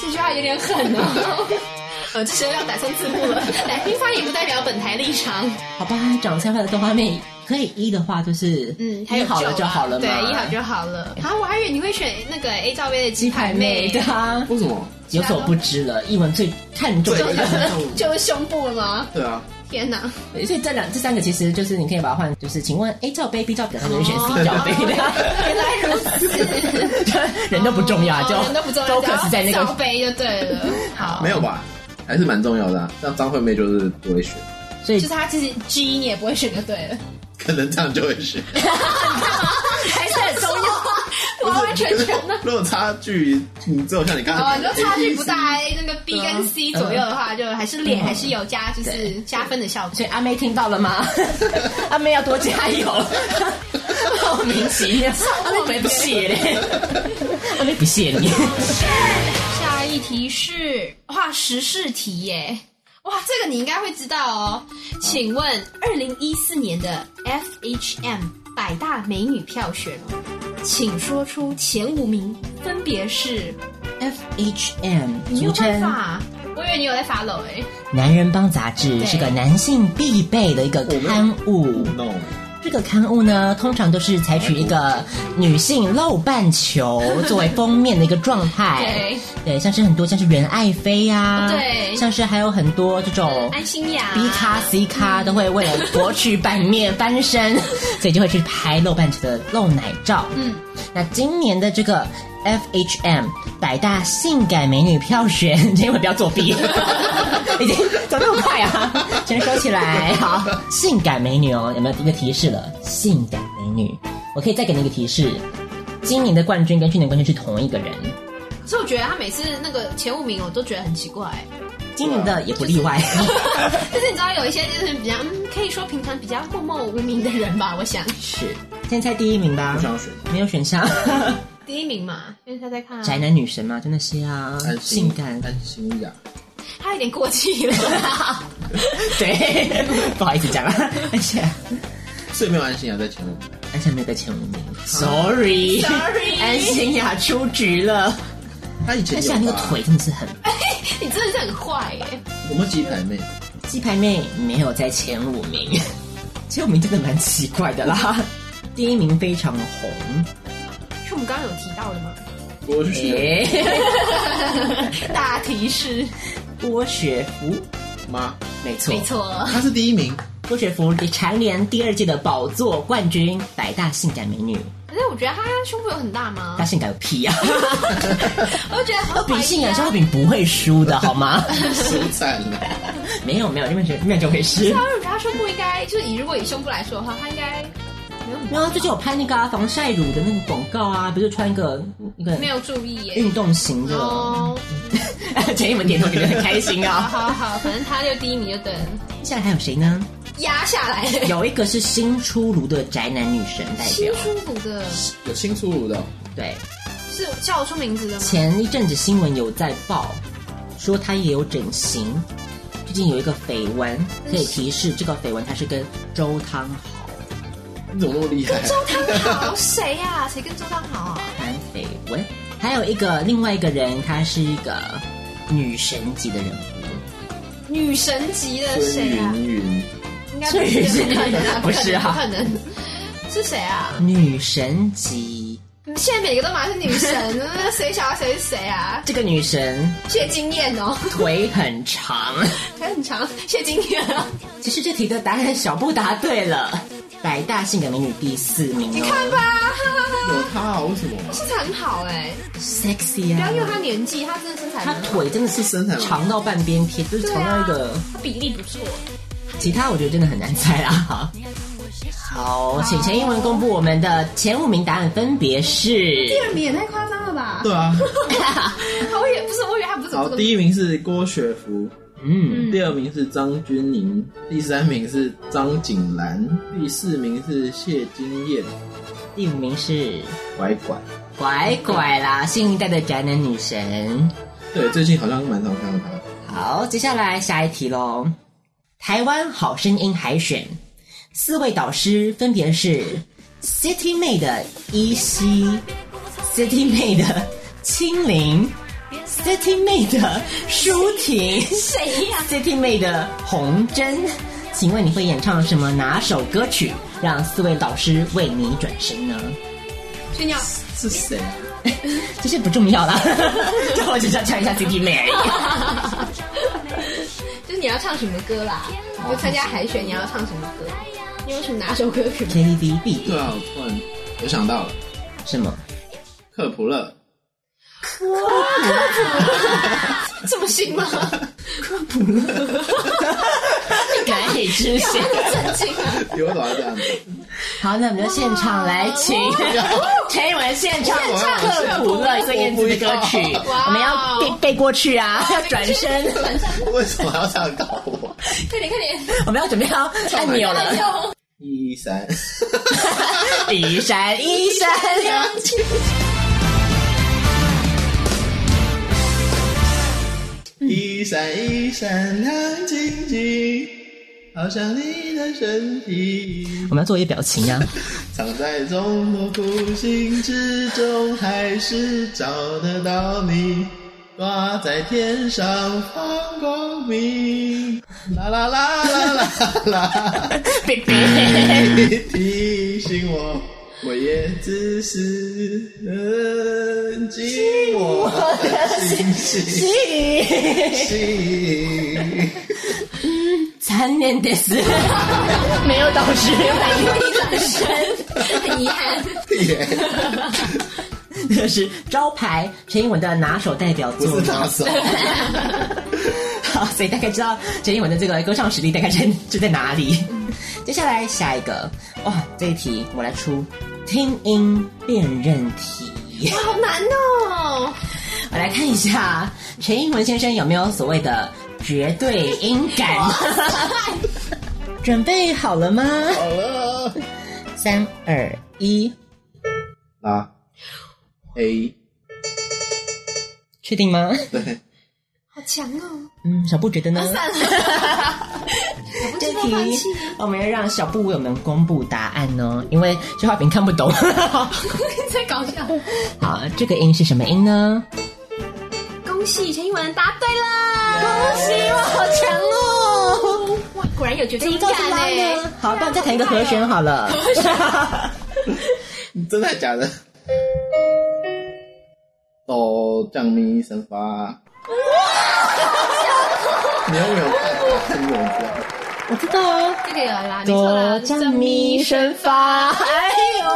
Speaker 4: 这句话有点狠哦。 (laughs) 呃，这时候要打上字幕了。来宾哎发言不代表本台立场。
Speaker 5: 好吧，长相的动画妹可以一的话就是，
Speaker 4: 嗯，还
Speaker 5: 一
Speaker 4: 有
Speaker 5: 好了
Speaker 4: 救
Speaker 5: 就
Speaker 4: 啊
Speaker 5: 好了嘛，
Speaker 4: 对，一好就好了。啊，我还以为你会选那个 A 罩杯的鸡排妹
Speaker 5: 妹，对啊，
Speaker 8: 为什么？
Speaker 5: 有所不知了，译文最看重
Speaker 8: 对
Speaker 5: 的一个。
Speaker 4: (laughs) 就是胸部了吗？
Speaker 8: 对啊，
Speaker 4: 天哪！
Speaker 5: 所以这两这三个其实就是你可以把它换，就是请问 A 罩杯、B 罩表，他们选 C 罩杯的，
Speaker 4: 哦 (laughs) 原来如此，
Speaker 5: (laughs) 人都不重要，就
Speaker 4: 哦人都不重要，
Speaker 5: 都 focus 在那
Speaker 4: 罩
Speaker 5: 个，
Speaker 4: 杯就对
Speaker 5: (laughs)
Speaker 4: 了。好，
Speaker 8: 没有吧？还是蛮重要的、啊。像张惠妹就是不会选，
Speaker 5: 所以
Speaker 4: 就是他其实 G 你也不会选就对
Speaker 5: (laughs)
Speaker 4: 了，
Speaker 8: 可能这样就会
Speaker 4: (laughs)
Speaker 8: 选。
Speaker 4: 还是很重要，完完全全的。
Speaker 8: 如果差距，你只有像你刚哎
Speaker 4: 哦，
Speaker 8: 刚，
Speaker 4: 你说差距不大，那个 B
Speaker 5: 啊
Speaker 4: 跟 C 左右的话，就还是
Speaker 5: 嗯
Speaker 4: 脸还是有加，就是加分的效果。
Speaker 5: 所以阿妹听到了 (laughs) 吗？阿妹要多加 (laughs) 油，莫名其妙，阿妹不屑 (laughs) 嘞，阿妹不屑你，
Speaker 4: 下一题是哇，时事题耶！哇，这个你应该会知道哦。
Speaker 5: 嗯
Speaker 4: 请问，二零一四年的 FHM 百大美女票选，请说出前五名分别是？
Speaker 5: F H M
Speaker 4: 你
Speaker 5: 俗
Speaker 4: 有办
Speaker 5: 称
Speaker 4: 法？我以为你有在发漏哎。
Speaker 5: 《男人帮》杂志
Speaker 4: 对
Speaker 5: 是个男性必备的一个刊物。
Speaker 8: no，
Speaker 5: 这个刊物呢，通常都是采取一个女性露半 (laughs) 球作为封面的一个状态。
Speaker 4: 对，
Speaker 5: 对，像是很多像是袁爱妃呀，
Speaker 4: 对
Speaker 5: 像是还有很多这种
Speaker 4: 安心雅
Speaker 5: B 咖 C 咖都会为了博取版面 (laughs) 翻身，所以就会去拍露半球的露奶照。
Speaker 4: 嗯，
Speaker 5: 那今年的这个 FHM 百大性感美女票选， (laughs) 今天我不要作弊，已经怎么那么快啊？全收起来，好，性感美女哦，有没有一个提示了？性感美女，我可以再给你一个提示，今年的冠军跟去年冠军是同一个人，
Speaker 4: 可是我觉得他每次那个前五名，我都觉得很奇怪。 (laughs)
Speaker 5: 今年的也不例外。 (laughs)
Speaker 4: 就是你知道有一些就是比较，嗯，可以说平常比较默默无名的人吧，我想。
Speaker 5: 是，先猜第一名吧
Speaker 8: 不，想选。
Speaker 5: 没有选项。
Speaker 4: 第一名嘛，因为他在看、
Speaker 5: 宅
Speaker 4: 啊，
Speaker 5: 男女神嘛，就那些啊，
Speaker 8: 安心
Speaker 5: 性感，
Speaker 8: 安心雅，
Speaker 4: 他有点过
Speaker 5: (laughs)
Speaker 4: 气了。
Speaker 5: 对， (laughs) 不好意思讲了，啊而且
Speaker 8: 所以没有安心啊雅在前五。
Speaker 5: 而且没有在前五名，sorry，
Speaker 4: Sorry
Speaker 5: (laughs) 安心雅出局 (laughs) 了，
Speaker 8: 她以前
Speaker 5: 安心雅那
Speaker 8: 有
Speaker 5: 个
Speaker 8: 吧
Speaker 5: 腿真的是很，
Speaker 4: 你真的是很坏耶！
Speaker 8: 有没有鸡排妹？
Speaker 5: 鸡排妹没有在前五名， (laughs) 前五名真的蛮奇怪的 (laughs) 啦，第一名非常红，
Speaker 4: 是我们刚刚有提到
Speaker 5: (laughs)
Speaker 4: 的吗？
Speaker 8: 我去
Speaker 5: 诶、 (laughs)
Speaker 4: 大提示，
Speaker 5: 郭雪芙，
Speaker 8: 妈，
Speaker 5: 没错
Speaker 4: 没，错，
Speaker 8: 她是第一名， (laughs)
Speaker 5: 郭雪芙蝉联第二届的宝座冠军，百大性感美女，
Speaker 4: 可是我觉得他胸部有很大吗
Speaker 5: 大？性感个屁 (laughs) 啊！
Speaker 4: 我就觉得好啊
Speaker 5: 比性啊感
Speaker 4: 胸
Speaker 5: 肖，饼不会输的好吗？
Speaker 8: 输惨了。
Speaker 5: 没有没有，这边就这边就会
Speaker 4: (laughs)
Speaker 5: 是。
Speaker 4: 但我觉得他胸部应该就是以如果以胸部来说的话，他应该没有
Speaker 5: 然后最近有拍那个、啊、防晒乳的那个广告啊，不是穿一个一个
Speaker 4: 没有注意耶。
Speaker 5: 运动型的，
Speaker 4: 哦，
Speaker 5: (laughs) 前一们点头觉得很开心
Speaker 4: 好 (laughs)
Speaker 5: 啊。
Speaker 4: 好好，反正他就第一名就对了，
Speaker 5: 接下来还有谁呢？
Speaker 4: 压下来了。
Speaker 5: 有一个是新出炉的宅男女神代
Speaker 4: 新
Speaker 5: 表，
Speaker 4: 出炉的
Speaker 8: 有新出炉的哦，
Speaker 5: 对，
Speaker 4: 是叫得出名字的吗？
Speaker 5: 前一阵子新闻有在报，说她也有整形，最近有一个绯闻，可以提示这个绯闻她是跟周汤豪
Speaker 8: 你怎么那么厉害？啊
Speaker 4: 周汤豪谁呀？谁跟周汤豪啊？
Speaker 5: 谈绯闻，还有一个另外一个人，她是一个女神级的人物。
Speaker 4: 女神级的
Speaker 8: 孙
Speaker 4: 谁啊？
Speaker 8: 云云，
Speaker 4: 应该不是， (laughs) 不可能啊，
Speaker 5: 不是啊
Speaker 4: 不可能，不可能是谁啊？
Speaker 5: 女神级，
Speaker 4: 现在每个都马上是女神， (laughs) 那谁晓得谁是谁啊？
Speaker 5: 这个女神
Speaker 4: 谢金燕哦，
Speaker 5: 腿很长。
Speaker 4: 腿很长，谢金燕哦，
Speaker 5: (laughs) 其实这题的答案小布答对了，百大性感美女第四名、哦。
Speaker 4: 你看吧，哈哈哈
Speaker 8: 有她啊？为什么啊？
Speaker 4: 身材很好哎，
Speaker 5: ，sexy
Speaker 4: 不要
Speaker 5: 啊！
Speaker 4: 用她年纪，她真的身材
Speaker 5: 她
Speaker 4: 很好，
Speaker 5: 腿真的是
Speaker 8: 身材吗
Speaker 5: 长到半边天，就是长到一个。
Speaker 4: 她比例不错。
Speaker 5: 其他我觉得真的很难猜啦。好，请陈英文公布我们的前五名答案分别是
Speaker 4: (laughs) 第二名也太夸张了吧？
Speaker 8: 对啊，
Speaker 4: (laughs) 我也不是，我以为她不是
Speaker 8: 好
Speaker 4: 这，么
Speaker 8: 第一名是郭雪芙，
Speaker 5: 嗯，
Speaker 8: 第二名是张钧甯，第三名是张景兰，第四名是谢金燕，
Speaker 5: 第五名是
Speaker 8: 拐拐。
Speaker 5: 拐拐啦，新一代的宅男女神。
Speaker 8: 对，最近好像蛮常看到她。
Speaker 5: 好，接下来下一题喽。台湾好声音海选，四位导师分别是 City 妹的依稀，City 妹的青灵，City 妹的舒婷
Speaker 4: 谁呀、
Speaker 5: ，City 妹的红珍。请问你会演唱什么哪首歌曲，让四位老师为你转身呢？
Speaker 4: 所以你要
Speaker 8: 是谁啊？
Speaker 5: 这些不重要啦， (laughs) 就我只想唱一下 City 妹而已。
Speaker 4: 就是你要唱什么歌啦？你就参加海选，你要唱什么歌？你有什么哪首歌曲吗？
Speaker 5: KTV 必
Speaker 8: 对
Speaker 5: 点
Speaker 8: 啊，我突然我想到了，
Speaker 5: 什么？
Speaker 8: 克普勒。
Speaker 4: (laughs) 这么新吗？
Speaker 5: 难以置信。
Speaker 4: 震惊啊！ (laughs)
Speaker 8: 有怎么这 (laughs) 样子？
Speaker 5: 好，那我们就现场来请 (laughs) 陈伟文现场
Speaker 8: 唱
Speaker 5: 克普勒孙燕姿的歌曲，
Speaker 4: 哇
Speaker 5: 我们要背背过去啊，要转身，
Speaker 8: 为什么要这样搞我？
Speaker 4: 快点快点！
Speaker 5: (laughs) 我们要准备要按钮了。
Speaker 8: 一三， (laughs)
Speaker 5: 一闪一闪亮晶。
Speaker 8: 一闪一闪亮晶晶，好像你的身体，
Speaker 5: 我们要做一些表情啊，
Speaker 8: 藏在众多苦心之中，还是找得到你。挂在天上放光明，啦啦啦啦啦啦。
Speaker 5: 贝贝。
Speaker 8: 提醒我，我也只是很寂寞的星 (laughs) 星。星
Speaker 5: 残念的是， (laughs) 没有导师来给 (laughs) 你掌声，很遗憾。这是招牌陈英文的拿手代表
Speaker 8: 不
Speaker 5: 作，
Speaker 8: 是大手，
Speaker 5: (laughs) 好，所以大概知道陈英文的这个歌唱实力大概 (laughs) 在就在哪里。接下来下一个，哇，这一题我来出听音辨认题。
Speaker 4: 好难哦！
Speaker 5: 我来看一下陈英文先生有没有所谓的绝对音感。 (laughs) 准备好了吗？
Speaker 8: 好了。
Speaker 5: 三二一，
Speaker 8: 啊，A (laughs)
Speaker 5: 确定吗？
Speaker 8: 对，
Speaker 4: 好强哦！
Speaker 5: 嗯，小布觉得呢？
Speaker 4: 我
Speaker 5: 这
Speaker 4: 知道放
Speaker 5: 题
Speaker 4: 弃。
Speaker 5: 我们要让小布为我们公布答案哦，因为这画饼看不懂。
Speaker 4: (laughs)
Speaker 5: (laughs)
Speaker 4: 在搞笑。
Speaker 5: 好，这个音是什么音呢？
Speaker 4: 恭喜陈一文答对啦！
Speaker 5: 恭喜我好强哦！
Speaker 4: 哇，果然有绝对音
Speaker 5: 知道
Speaker 4: 感
Speaker 5: 是吗
Speaker 4: 呢。
Speaker 5: 呢？好，不然再弹一个和弦好了。
Speaker 8: 真的假的？哆降咪三发。你有没有看？你怎么知道？
Speaker 5: (laughs) 我知道啊。
Speaker 4: 这个有啦，没错啦
Speaker 5: 哆，降咪声发，哎呦，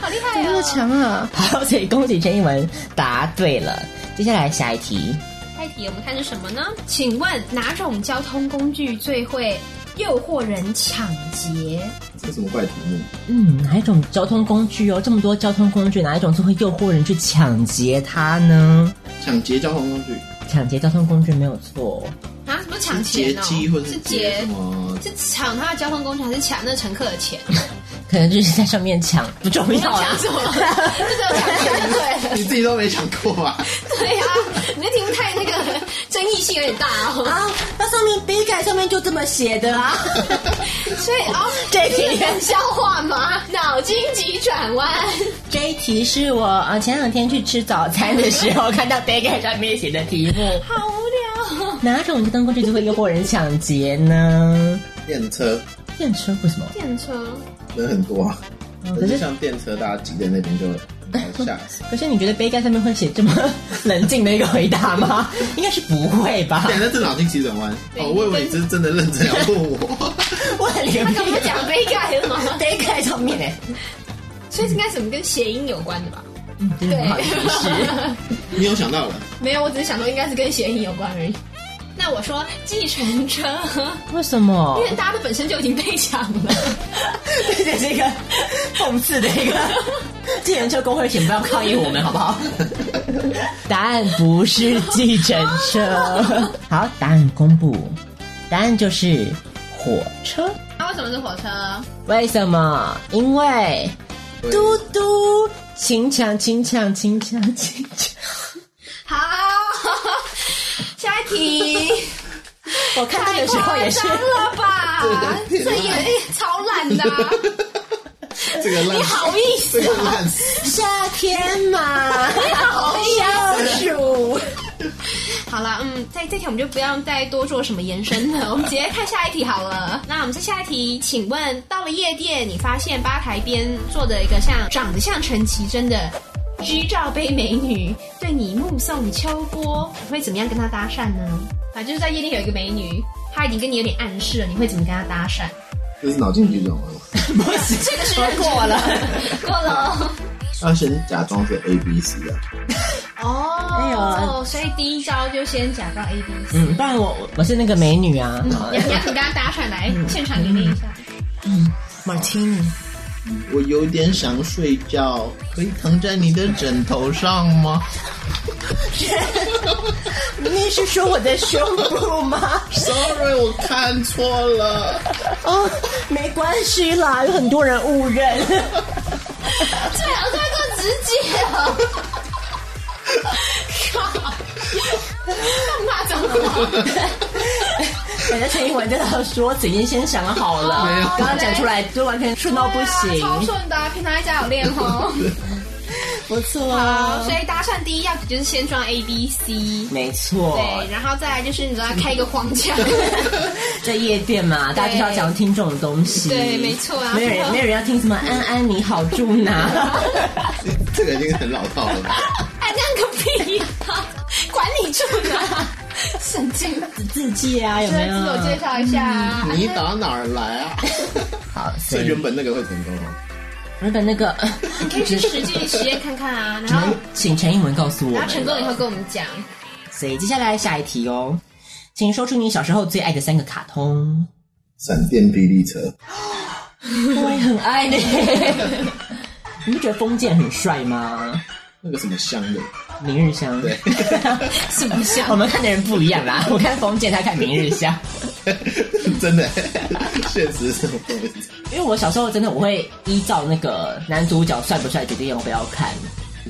Speaker 4: 好厉害哦！
Speaker 5: 强啊！好，所以恭喜陈一文答对了。接下来下一题，
Speaker 4: 下一题我们看是什么呢？请问哪种交通工具最会诱惑人抢劫？
Speaker 8: 这什么怪题目？
Speaker 5: 嗯，哪一种交通工具哦？这么多交通工具，哪一种最会诱惑人去抢劫它呢？
Speaker 8: 抢劫交通工具，
Speaker 5: 抢劫交通工具没有错，
Speaker 4: 啊，什么抢
Speaker 8: 劫
Speaker 4: 钱哦？
Speaker 8: 机或者
Speaker 4: 是
Speaker 8: 是劫什么？
Speaker 4: 是抢他的交通工具，还是抢那乘客的钱？
Speaker 5: 可能就是在上面抢，不重要啊。
Speaker 4: 抢什么？就是有抢钱就对了。
Speaker 8: 你自己都没想过吧？
Speaker 4: 对呀、你这题目太那个 (laughs) 争议性有点大哦。
Speaker 5: 啊，那上面笔杆上面就这么写的啊。
Speaker 4: 所以哦，
Speaker 5: (laughs) 这题
Speaker 4: 是冷笑话吗？脑筋急转弯，
Speaker 5: 这一题是我呃前两天去吃早餐的时候看到杯盖上面写的题目，
Speaker 4: 好无聊、哦。
Speaker 5: 哪种交通工具最会诱惑人抢劫呢？
Speaker 8: 电车
Speaker 5: 电车为什么？
Speaker 4: 电车，
Speaker 8: 人很多啊，
Speaker 5: 嗯
Speaker 8: 可
Speaker 5: 可
Speaker 8: 是
Speaker 5: 是
Speaker 8: 像电车，大家挤在那边就很吓死。
Speaker 5: 可是你觉得杯盖上面会写这么冷静的一个回答吗？ (laughs) 应该是不会吧
Speaker 8: (laughs) 对，？那这脑筋急转弯哦，我以为你是真的认真要问我。
Speaker 5: 我很脸
Speaker 4: 他
Speaker 5: 皮
Speaker 4: 刚不是讲杯盖
Speaker 5: (laughs)
Speaker 4: 了吗？
Speaker 5: 杯盖上面哎、
Speaker 4: 所以应该什么跟谐音有关的吧？
Speaker 5: 嗯， (laughs) 真的不好意思，
Speaker 4: (laughs)
Speaker 8: 你有想到了？
Speaker 4: 没有，我只是想说应该是跟谐音有关而已。那我说计程车，
Speaker 5: 为什么
Speaker 4: 因？为大家的本身就已经被抢了。 (laughs)
Speaker 5: 对这是一个讽刺的一个。计程车工会，请不要抗议我们，好不好？答案不是计程车。好，答案公布，答案就是火车。
Speaker 4: 那为什么是火车？
Speaker 5: 为什么？因为嘟嘟，请抢，请抢，请抢，请抢！
Speaker 4: 好，下一
Speaker 5: (laughs)
Speaker 4: 题，
Speaker 5: (laughs) 我看这
Speaker 4: 太
Speaker 5: 个时候
Speaker 4: 夸
Speaker 5: 也是
Speaker 4: 张，了吧？
Speaker 8: 对对对
Speaker 4: 这也超烂的啊、
Speaker 5: (laughs)
Speaker 8: 这个烂
Speaker 4: 你，好意思
Speaker 8: 这个
Speaker 4: 啊？
Speaker 8: 烂死，
Speaker 5: 夏天嘛，
Speaker 4: 好意思。
Speaker 5: 数。
Speaker 4: 好了，嗯，在这题我们就不要再多做什么延伸了，我们直接看下一题好了。那我们是下一题，请问到了夜店，你发现吧台边坐着一个像长得像陈绮贞的居罩杯美女，对你目送秋波，你会怎么样跟她搭讪呢？啊，就是在夜店有一个美女，她已经跟你有点暗示了，你会怎么跟她搭
Speaker 5: (laughs)
Speaker 4: 讪？
Speaker 8: 这是脑筋急转弯吗。
Speaker 4: 这个是过了，过了哦
Speaker 8: 要先假装是 A B C 啊，
Speaker 4: 哦。
Speaker 5: 哎呦
Speaker 4: 哦，所以第一招就先假装 A B C。
Speaker 5: 嗯，不然我我是那个美女啊，
Speaker 4: 你要你要怎么跟她搭讪来？现场给你一下。
Speaker 5: 马青，
Speaker 8: 我有点想睡觉，可以躺在你的枕头上吗？
Speaker 5: (laughs) 你是说我的胸部吗？
Speaker 8: Sorry，我看错了。
Speaker 5: (laughs) 哦，没关系啦，有很多人误
Speaker 4: (laughs)
Speaker 5: 认。
Speaker 4: 最好再更直接哦。靠！骂脏话， (laughs)
Speaker 5: 人家陈一文真的说已经先想好
Speaker 4: (laughs)
Speaker 5: 了，刚刚讲出来就完全顺到不
Speaker 4: 对啊超
Speaker 5: 行，
Speaker 4: 顺的啊，平常在家有练 (laughs) 哦。
Speaker 5: 不错
Speaker 4: 好，
Speaker 5: 啊
Speaker 4: 所，以搭讪第一要点就是先装 A B C，
Speaker 5: 没错。
Speaker 4: 对，然后再来就是你知道开一个黄 (laughs) 腔，
Speaker 5: 在夜店嘛，大家就是要想听这种东西。
Speaker 4: 对没错啊
Speaker 5: 没有人没有人要听什么安安你好住
Speaker 4: (laughs)
Speaker 5: 哪，
Speaker 8: 这个已经很老套了吧？
Speaker 4: 按哎那个屁呀，管你住哪，神经。
Speaker 5: 自己啊有
Speaker 4: 所
Speaker 5: 没
Speaker 4: 以自我介
Speaker 5: 有？
Speaker 4: 绍一下啊，
Speaker 8: 你打哪儿来啊？
Speaker 5: (laughs) 好，
Speaker 8: 所
Speaker 5: 所
Speaker 8: 以
Speaker 5: 以
Speaker 8: 原本那个会成功吗？
Speaker 5: 日本那
Speaker 4: (laughs)
Speaker 5: 个，
Speaker 4: 你可以去实际实验看看 (laughs) 啊，然后
Speaker 5: 能请陈英文告诉我
Speaker 4: 然后
Speaker 5: 们。
Speaker 4: (laughs) 成功以后跟我们讲。
Speaker 5: 所以接下来下一题哦，请说出你小时候最爱的三个卡通。
Speaker 8: 闪电霹雳车，
Speaker 5: 我也很爱你。你不觉得封建很帅吗？
Speaker 8: 那个什么香的， (laughs)
Speaker 5: 明日香。 (laughs)
Speaker 8: 对，
Speaker 5: 什么香？我们看的人不一样 (laughs) 啦。我看封建，他看明日香。
Speaker 8: 真的， (laughs) 现实生活中
Speaker 5: 因为我小时候真的我会依照那个男主角帅不帅决定要不要看。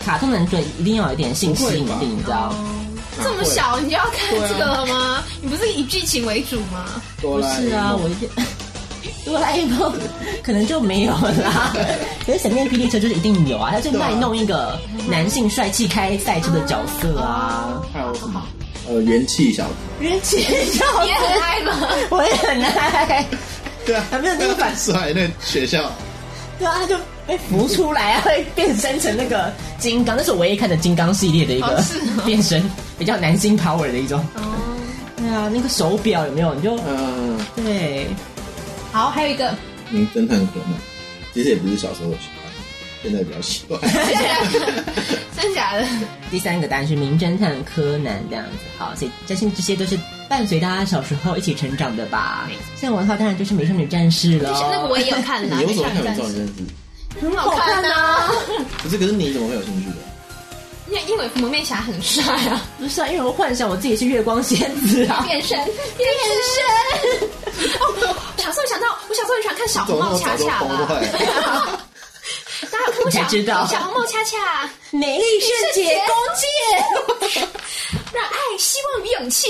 Speaker 5: 卡通男主角一定要有一点性吸引力，你知道？
Speaker 4: 这么
Speaker 8: 啊
Speaker 4: 小你就要看这个了吗？你不是以剧情为主吗？
Speaker 8: 多
Speaker 5: 不
Speaker 8: 啦
Speaker 5: 是啊，我一定。 (laughs) 哆啦 A 梦可能就没有
Speaker 8: (laughs)
Speaker 5: 啦，可是闪电霹雳车就是一定有啊，他就卖弄一个男性帅气开赛车的角色啊，
Speaker 8: 还有什么？呃，元气小子，
Speaker 5: 元气少
Speaker 4: 也很
Speaker 5: 啊
Speaker 4: 爱吗？
Speaker 5: (laughs) 我也很爱，
Speaker 8: 对啊，
Speaker 5: 还没有那么反
Speaker 8: (laughs) 帅，那学校
Speaker 5: 对啊，他就被浮出来啊，会变身成那个金刚，那是我唯一看的金刚系列的一个
Speaker 4: 哦是哦
Speaker 5: 变身，比较男性 power 的一种。
Speaker 4: 哦，
Speaker 5: 对啊，那个手表有没有？你就
Speaker 8: 嗯，
Speaker 5: 对，
Speaker 4: 好，还有一个，
Speaker 8: 名侦探柯南，其实也不是小时候喜欢，现在比较喜
Speaker 4: (laughs)
Speaker 8: 欢。
Speaker 4: 真假 (laughs) 的？
Speaker 5: 第三个答案是《名侦探柯南》这样子。好，所以相信这些都是伴随大家小时候一起成长的吧。像我的话，当然就是《美少女战士》了。
Speaker 4: 其实那个我哦也有看啦，
Speaker 8: 你为什么看
Speaker 4: 没
Speaker 8: 《
Speaker 4: 上
Speaker 8: 美少
Speaker 4: 战
Speaker 8: 女
Speaker 4: 士
Speaker 8: 战士》？
Speaker 4: 很好看啊，
Speaker 8: 不是，可是你怎么会有兴趣的？
Speaker 4: 因为因为蒙面侠很帅啊，
Speaker 5: 不是啊，因为我幻想我自己是月光仙子啊。
Speaker 4: 变身变身。哦，小时候想到，我小时候很喜欢看小红帽恰恰 (laughs)
Speaker 8: 怎么那么早就崩
Speaker 4: 啦。大家有看过小
Speaker 5: 你才知道
Speaker 4: 小红帽恰恰？
Speaker 5: (laughs) 美丽圣洁弓箭。
Speaker 4: (laughs) 让爱、希望与勇气，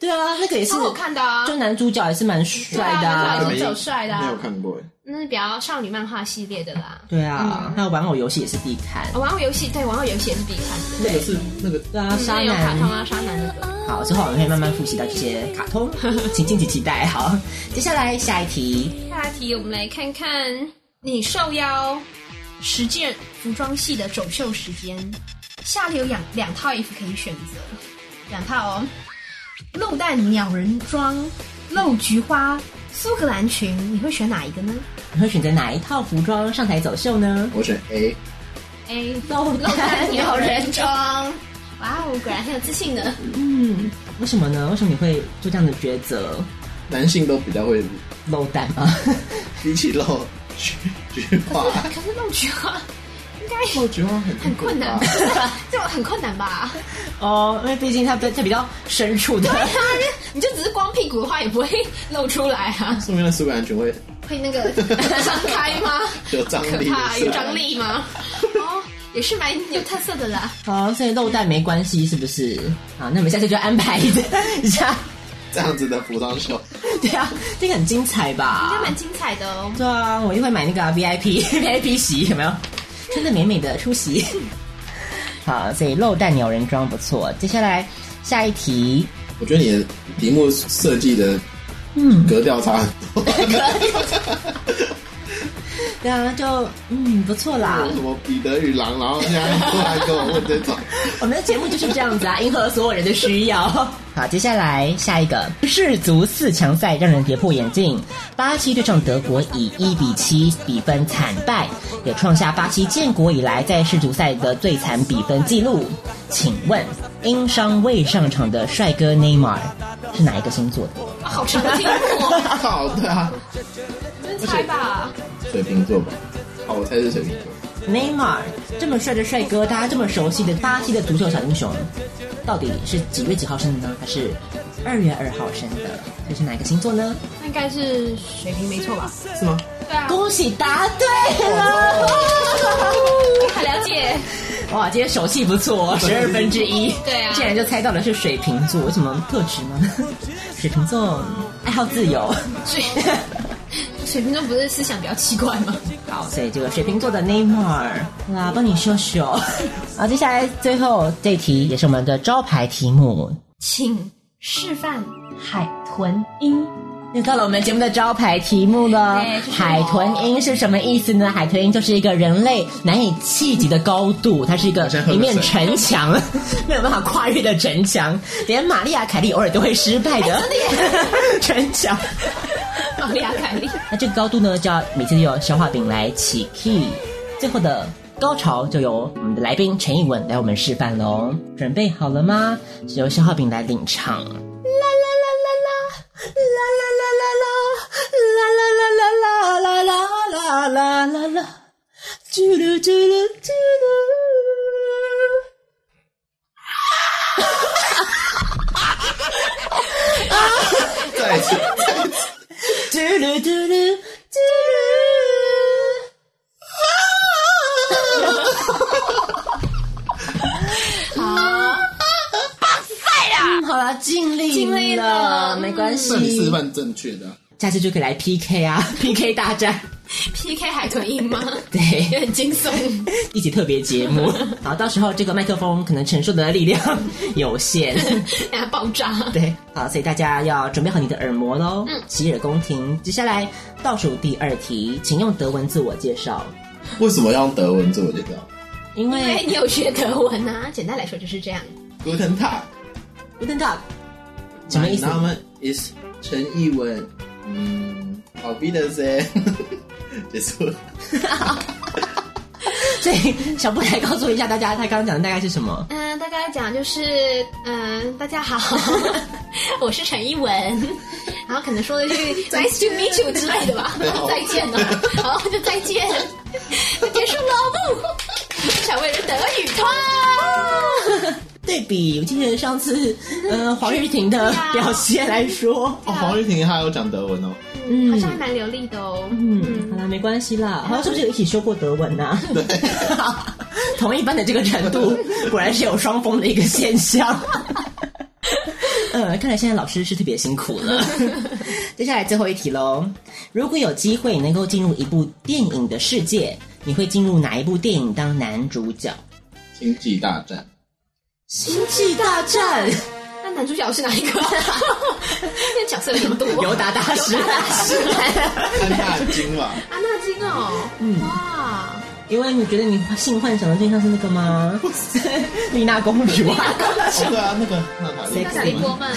Speaker 5: 对啊，那个也是
Speaker 4: 超好看的啊！
Speaker 5: 就男主角也是蛮帅的
Speaker 4: 对啊
Speaker 5: 啊
Speaker 4: 男主。角走帅的啊
Speaker 8: 没有看过哎。
Speaker 4: 那是比较少女漫画系列的啦。哦
Speaker 5: 对
Speaker 4: 嗯
Speaker 5: 啊，还有玩偶游戏也是必看。
Speaker 4: 玩偶游戏对玩偶游戏也是必看的，
Speaker 8: 那个是那个
Speaker 5: 对啊，
Speaker 4: 那
Speaker 5: 沙
Speaker 4: 有卡通
Speaker 5: 男。
Speaker 4: 啊、沙男那个。
Speaker 5: 好，之后我们会慢慢复习到这些卡
Speaker 4: (laughs)
Speaker 5: 通，请敬请期待。好，接下来下一题，
Speaker 4: 下一题我们来看看你受邀实践服装系的走秀时间，下列有两两套衣服可以选择，两套哦，露蛋鸟人装、露菊花、苏格兰裙，你会选哪一个呢
Speaker 5: 你会选择哪一套服装上台走秀呢？
Speaker 4: 哎
Speaker 8: 我选 A，
Speaker 4: ？A 露露蛋鸟人装，哇哦，果然很有自信呢。
Speaker 5: 为什么呢？为什么你会做这样的抉择？
Speaker 8: 男性都比较会
Speaker 5: 漏蛋吗？ (laughs)
Speaker 8: 比起漏菊菊花，
Speaker 4: (laughs) 可是弄菊花应该
Speaker 8: 漏菊花很
Speaker 4: 很困难
Speaker 8: 吧
Speaker 4: 吧？这种很困难吧？
Speaker 5: 哦，因为毕竟它比它比较深处
Speaker 4: (laughs)
Speaker 5: 的，
Speaker 4: 对啊，你就只是光屁股的话，也不会露出来啊，
Speaker 8: 说明了苏格兰群会
Speaker 4: 会那个张开吗？
Speaker 8: 有张
Speaker 4: 可
Speaker 8: 力
Speaker 4: 怕，
Speaker 8: 的，
Speaker 4: 有张。力吗？哦，也是蛮有特色的啦。
Speaker 5: 哦，所以漏蛋没关系，是不是？好，那我们下次就安排一下， (laughs)
Speaker 8: 这样子的服装秀，
Speaker 5: 对啊，这个很精彩吧？
Speaker 4: 还蛮精彩的哦。
Speaker 5: 对啊，我一定会买那个啊 VIP (laughs) VIP 席，有没有？穿的美美的出席。 (laughs) 好，所以漏蛋鸟人装不错。接下来下一题，
Speaker 8: 我觉得你的题目设计的，嗯，格调差很多。 (laughs)
Speaker 5: 对啊，就嗯不错啦。
Speaker 8: 什么彼得与狼，然后现在突然跟我问这 (laughs) 种，
Speaker 5: (laughs) 我们的节目就是这样子啊，迎合所有人的需要。 (laughs) 好，接下来下一个世足四强赛让人跌破眼镜，巴西对上德国以一比七比分惨败，也创下巴西建国以来在世足赛的最惨比分记录。请问，因伤未上场的帅哥内马尔是哪一个星座的？
Speaker 4: 啊，好长的题
Speaker 8: (laughs)
Speaker 4: 目，
Speaker 8: 好的啊，
Speaker 4: 真猜吧？
Speaker 8: 水瓶座吧？哦，我猜是水瓶座。
Speaker 5: 内马尔这么帅的帅哥，大家这么熟悉的巴西的足球小英雄，到底是几月几号生的呢？他是二月二号生的，这是哪一个星座呢？
Speaker 9: 那应该是水瓶没错吧？
Speaker 8: 是吗？
Speaker 4: 啊
Speaker 5: 恭喜答对
Speaker 4: 哦
Speaker 5: 了！
Speaker 4: 很了解，
Speaker 5: (laughs) 哇，今天手气不错、哦，十二分之一。
Speaker 4: (laughs) 对啊
Speaker 5: 竟然就猜到了是水瓶座，有什么特质吗？ (laughs) 水瓶座爱好自
Speaker 4: (laughs)
Speaker 5: 由。
Speaker 4: 水水瓶座不是思想比较奇怪吗？
Speaker 5: 好，所以这个水瓶座的 Neymar，哇，帮你秀秀。
Speaker 4: (laughs)
Speaker 5: 好，接下来最后这题也是我们的招牌题目，
Speaker 4: 请示范海豚音。
Speaker 5: 又到了我们节目的招牌题目了
Speaker 4: 对哎就。是
Speaker 5: 海豚音是什么意思呢？海豚音就是一个人类难以企及的高度，它是一个
Speaker 8: 先喝
Speaker 5: 一
Speaker 8: 个
Speaker 5: 面
Speaker 8: 水
Speaker 5: 城墙， (laughs) 没有办法跨越的城墙，连玛丽亚凯莉偶尔都会失败
Speaker 4: 哎
Speaker 5: 的 (laughs) 城墙。
Speaker 4: 玛利亚凯莉，
Speaker 5: 那这个高度呢，就要每次由消化饼来起 key，最后的高潮就由我们的来宾陈艺文来我们示范喽。准备好了吗？是由消化饼来领唱。啦啦啦啦啦，啦啦啦啦啦，啦啦啦啦啦啦啦啦啦啦啦啦，啾噜啾噜啾噜。
Speaker 8: 再一次，
Speaker 5: 嘟噜嘟噜嘟噜。好，好啦，尽力尽力了，没关
Speaker 8: 那你示
Speaker 5: 系，
Speaker 8: 范正确的啊，
Speaker 5: 下次就可以来 PK 啊，PK 大战，
Speaker 4: PK 海豚音吗？
Speaker 5: 对，
Speaker 4: 很惊悚， (laughs)
Speaker 5: 一起特别节目。好，到时候这个麦克风可能承受的力量有限，
Speaker 4: 然后爆炸。
Speaker 5: 对，好，所以大家要准备好你的耳膜喽。嗯，洗耳恭听。接下来倒数第二题，请用德文自我介绍，
Speaker 8: 为什么要用德文自我介绍
Speaker 5: 因为
Speaker 4: 因哎为你有学德文啊，简单来说就是这样。
Speaker 8: ？Guten Tag，
Speaker 5: Guten Tag，什么意思
Speaker 8: My name is 陈艺文，嗯，好 B 的噻， (laughs) 结束了。
Speaker 5: (laughs) 所以小布来告诉一下大家，他刚刚讲的大概是什么？
Speaker 4: 嗯、大概讲就是，嗯、大家好， (laughs) 我是陈一文，然后可能说了一 (laughs) 句 nice to meet you 之类的吧，再见了，好，就再见，就结束了， (laughs) 不，小魏是德语团，
Speaker 5: 对比我记得上次呃黄玉婷的
Speaker 4: 啊
Speaker 5: 表现来说，
Speaker 8: 哦，黄玉婷还有讲德文哦，
Speaker 4: 嗯，好像还蛮流利的哦，
Speaker 5: 嗯，好啦，没关系啦，好像是不是有一起修过德文呐、啊？ (laughs) 同一班的这个程度，果然是有双峰的一个现 (laughs) 象。呃，看来现在老师是特别辛苦 (laughs) 了。接下来最后一题喽，如果有机会能够进入一部电影的世界，你会进入哪一部电影当男主角？
Speaker 8: 星际大战，
Speaker 5: 星际大战，
Speaker 4: 那男主角是哪一个？那角色有点多，
Speaker 5: 尤达大师，
Speaker 8: 看大金吧，
Speaker 4: 安纳金哦，哇，
Speaker 5: 因为你觉得你性幻想的对象是那个吗？ (laughs) 丽娜公主啊，
Speaker 8: (laughs) 哦对啊，那个娜塔莉，
Speaker 4: 小李波曼啊，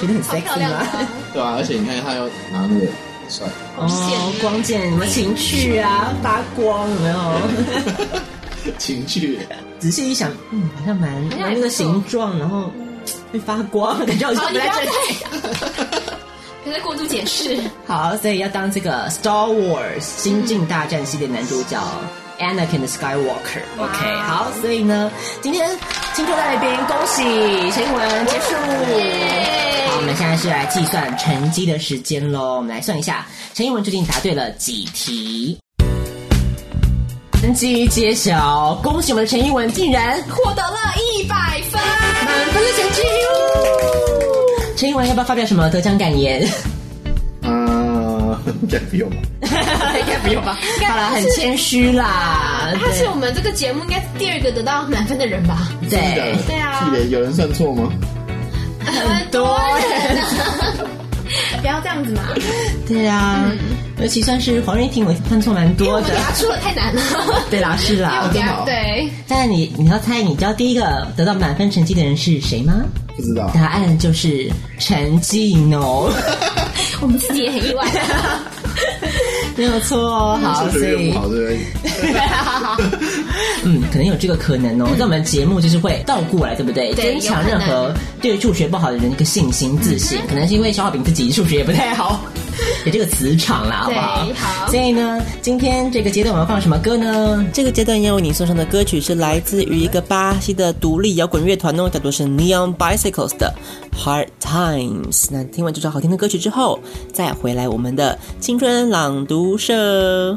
Speaker 5: 觉得很
Speaker 4: 好漂
Speaker 5: sexy
Speaker 4: 亮
Speaker 5: 吗？
Speaker 4: 啊，
Speaker 8: 对啊，而且你看他又拿那个帅，
Speaker 5: 啊 (laughs) 哦，光剑什么情趣啊，发光有没有？
Speaker 8: 情趣，
Speaker 5: 仔细一想，嗯，好像蛮
Speaker 9: 像
Speaker 5: 蛮
Speaker 9: 也
Speaker 5: 那
Speaker 9: 不
Speaker 5: 个
Speaker 9: 错
Speaker 5: 形状，然后会发光，感觉好像
Speaker 9: 好，
Speaker 5: 不
Speaker 9: 你不
Speaker 5: 在
Speaker 9: 要
Speaker 5: 这
Speaker 9: 再
Speaker 5: 里。，
Speaker 9: 别再过度解释。
Speaker 5: 好，所以要当这个《Star Wars》星际大战系列男主角。Anakin 的 Skywalker，OK，、OK，好，所以呢，今天青春大来宾，恭喜陈英文结束。好，我们现在是来计算成绩的时间喽，我们来算一下，陈英文究竟答对了几题？成绩揭晓，恭喜我们的陈英文竟然
Speaker 9: 获得了一百分，
Speaker 5: 满分的成绩哟！陈英文要不要发表什么得奖感言？
Speaker 8: 啊，应该不用吧？
Speaker 5: (laughs) 应该不用吧？好啦，很谦虚啦。
Speaker 9: 他是我们这个节目应该是第二个得到满分的人吧？
Speaker 5: 对，
Speaker 8: 对啊，屁嘞，有人算错吗？
Speaker 9: 很
Speaker 5: 多人，
Speaker 9: 不要这样子嘛，
Speaker 5: 对啊，
Speaker 9: 嗯
Speaker 5: 尤其算是黄瑞婷，我看错蛮
Speaker 9: 因为
Speaker 5: 多
Speaker 9: 我
Speaker 5: 的
Speaker 9: 给。他出了太难了。
Speaker 5: 对啦，是啦
Speaker 9: 我。给他
Speaker 8: 好
Speaker 9: 对，
Speaker 5: 但是你你要猜，你知道第一个得到满分成绩的人是谁吗？
Speaker 8: 不知道，
Speaker 5: 答案就是陈继
Speaker 9: (laughs)
Speaker 5: 农，
Speaker 9: 我们自己也很意外。
Speaker 5: 没有错哦。
Speaker 9: 嗯
Speaker 5: 好，
Speaker 8: 数
Speaker 5: 所
Speaker 8: 学越
Speaker 5: 以
Speaker 8: 不好，对不对？
Speaker 5: 嗯，可能有这个可能哦。在我们节目就是会倒过来，对不对？
Speaker 9: 嗯对
Speaker 5: 增强任何对数学不好的人的一个信心、自
Speaker 9: 嗯
Speaker 5: 信。可能是因为小小饼自己数学也不太
Speaker 9: (laughs)
Speaker 5: 好，有这个磁场啦，好不好？
Speaker 9: 对好
Speaker 5: 所以呢，今天这个阶段我们要放什么歌呢？
Speaker 10: 这个阶段要为你送上的歌曲是来自于一个巴西的独立摇滚乐团哦，叫做是 Neon Bicycles 的 Hard Times。那听完这首好听的歌曲之后，再回来我们的青春朗读社。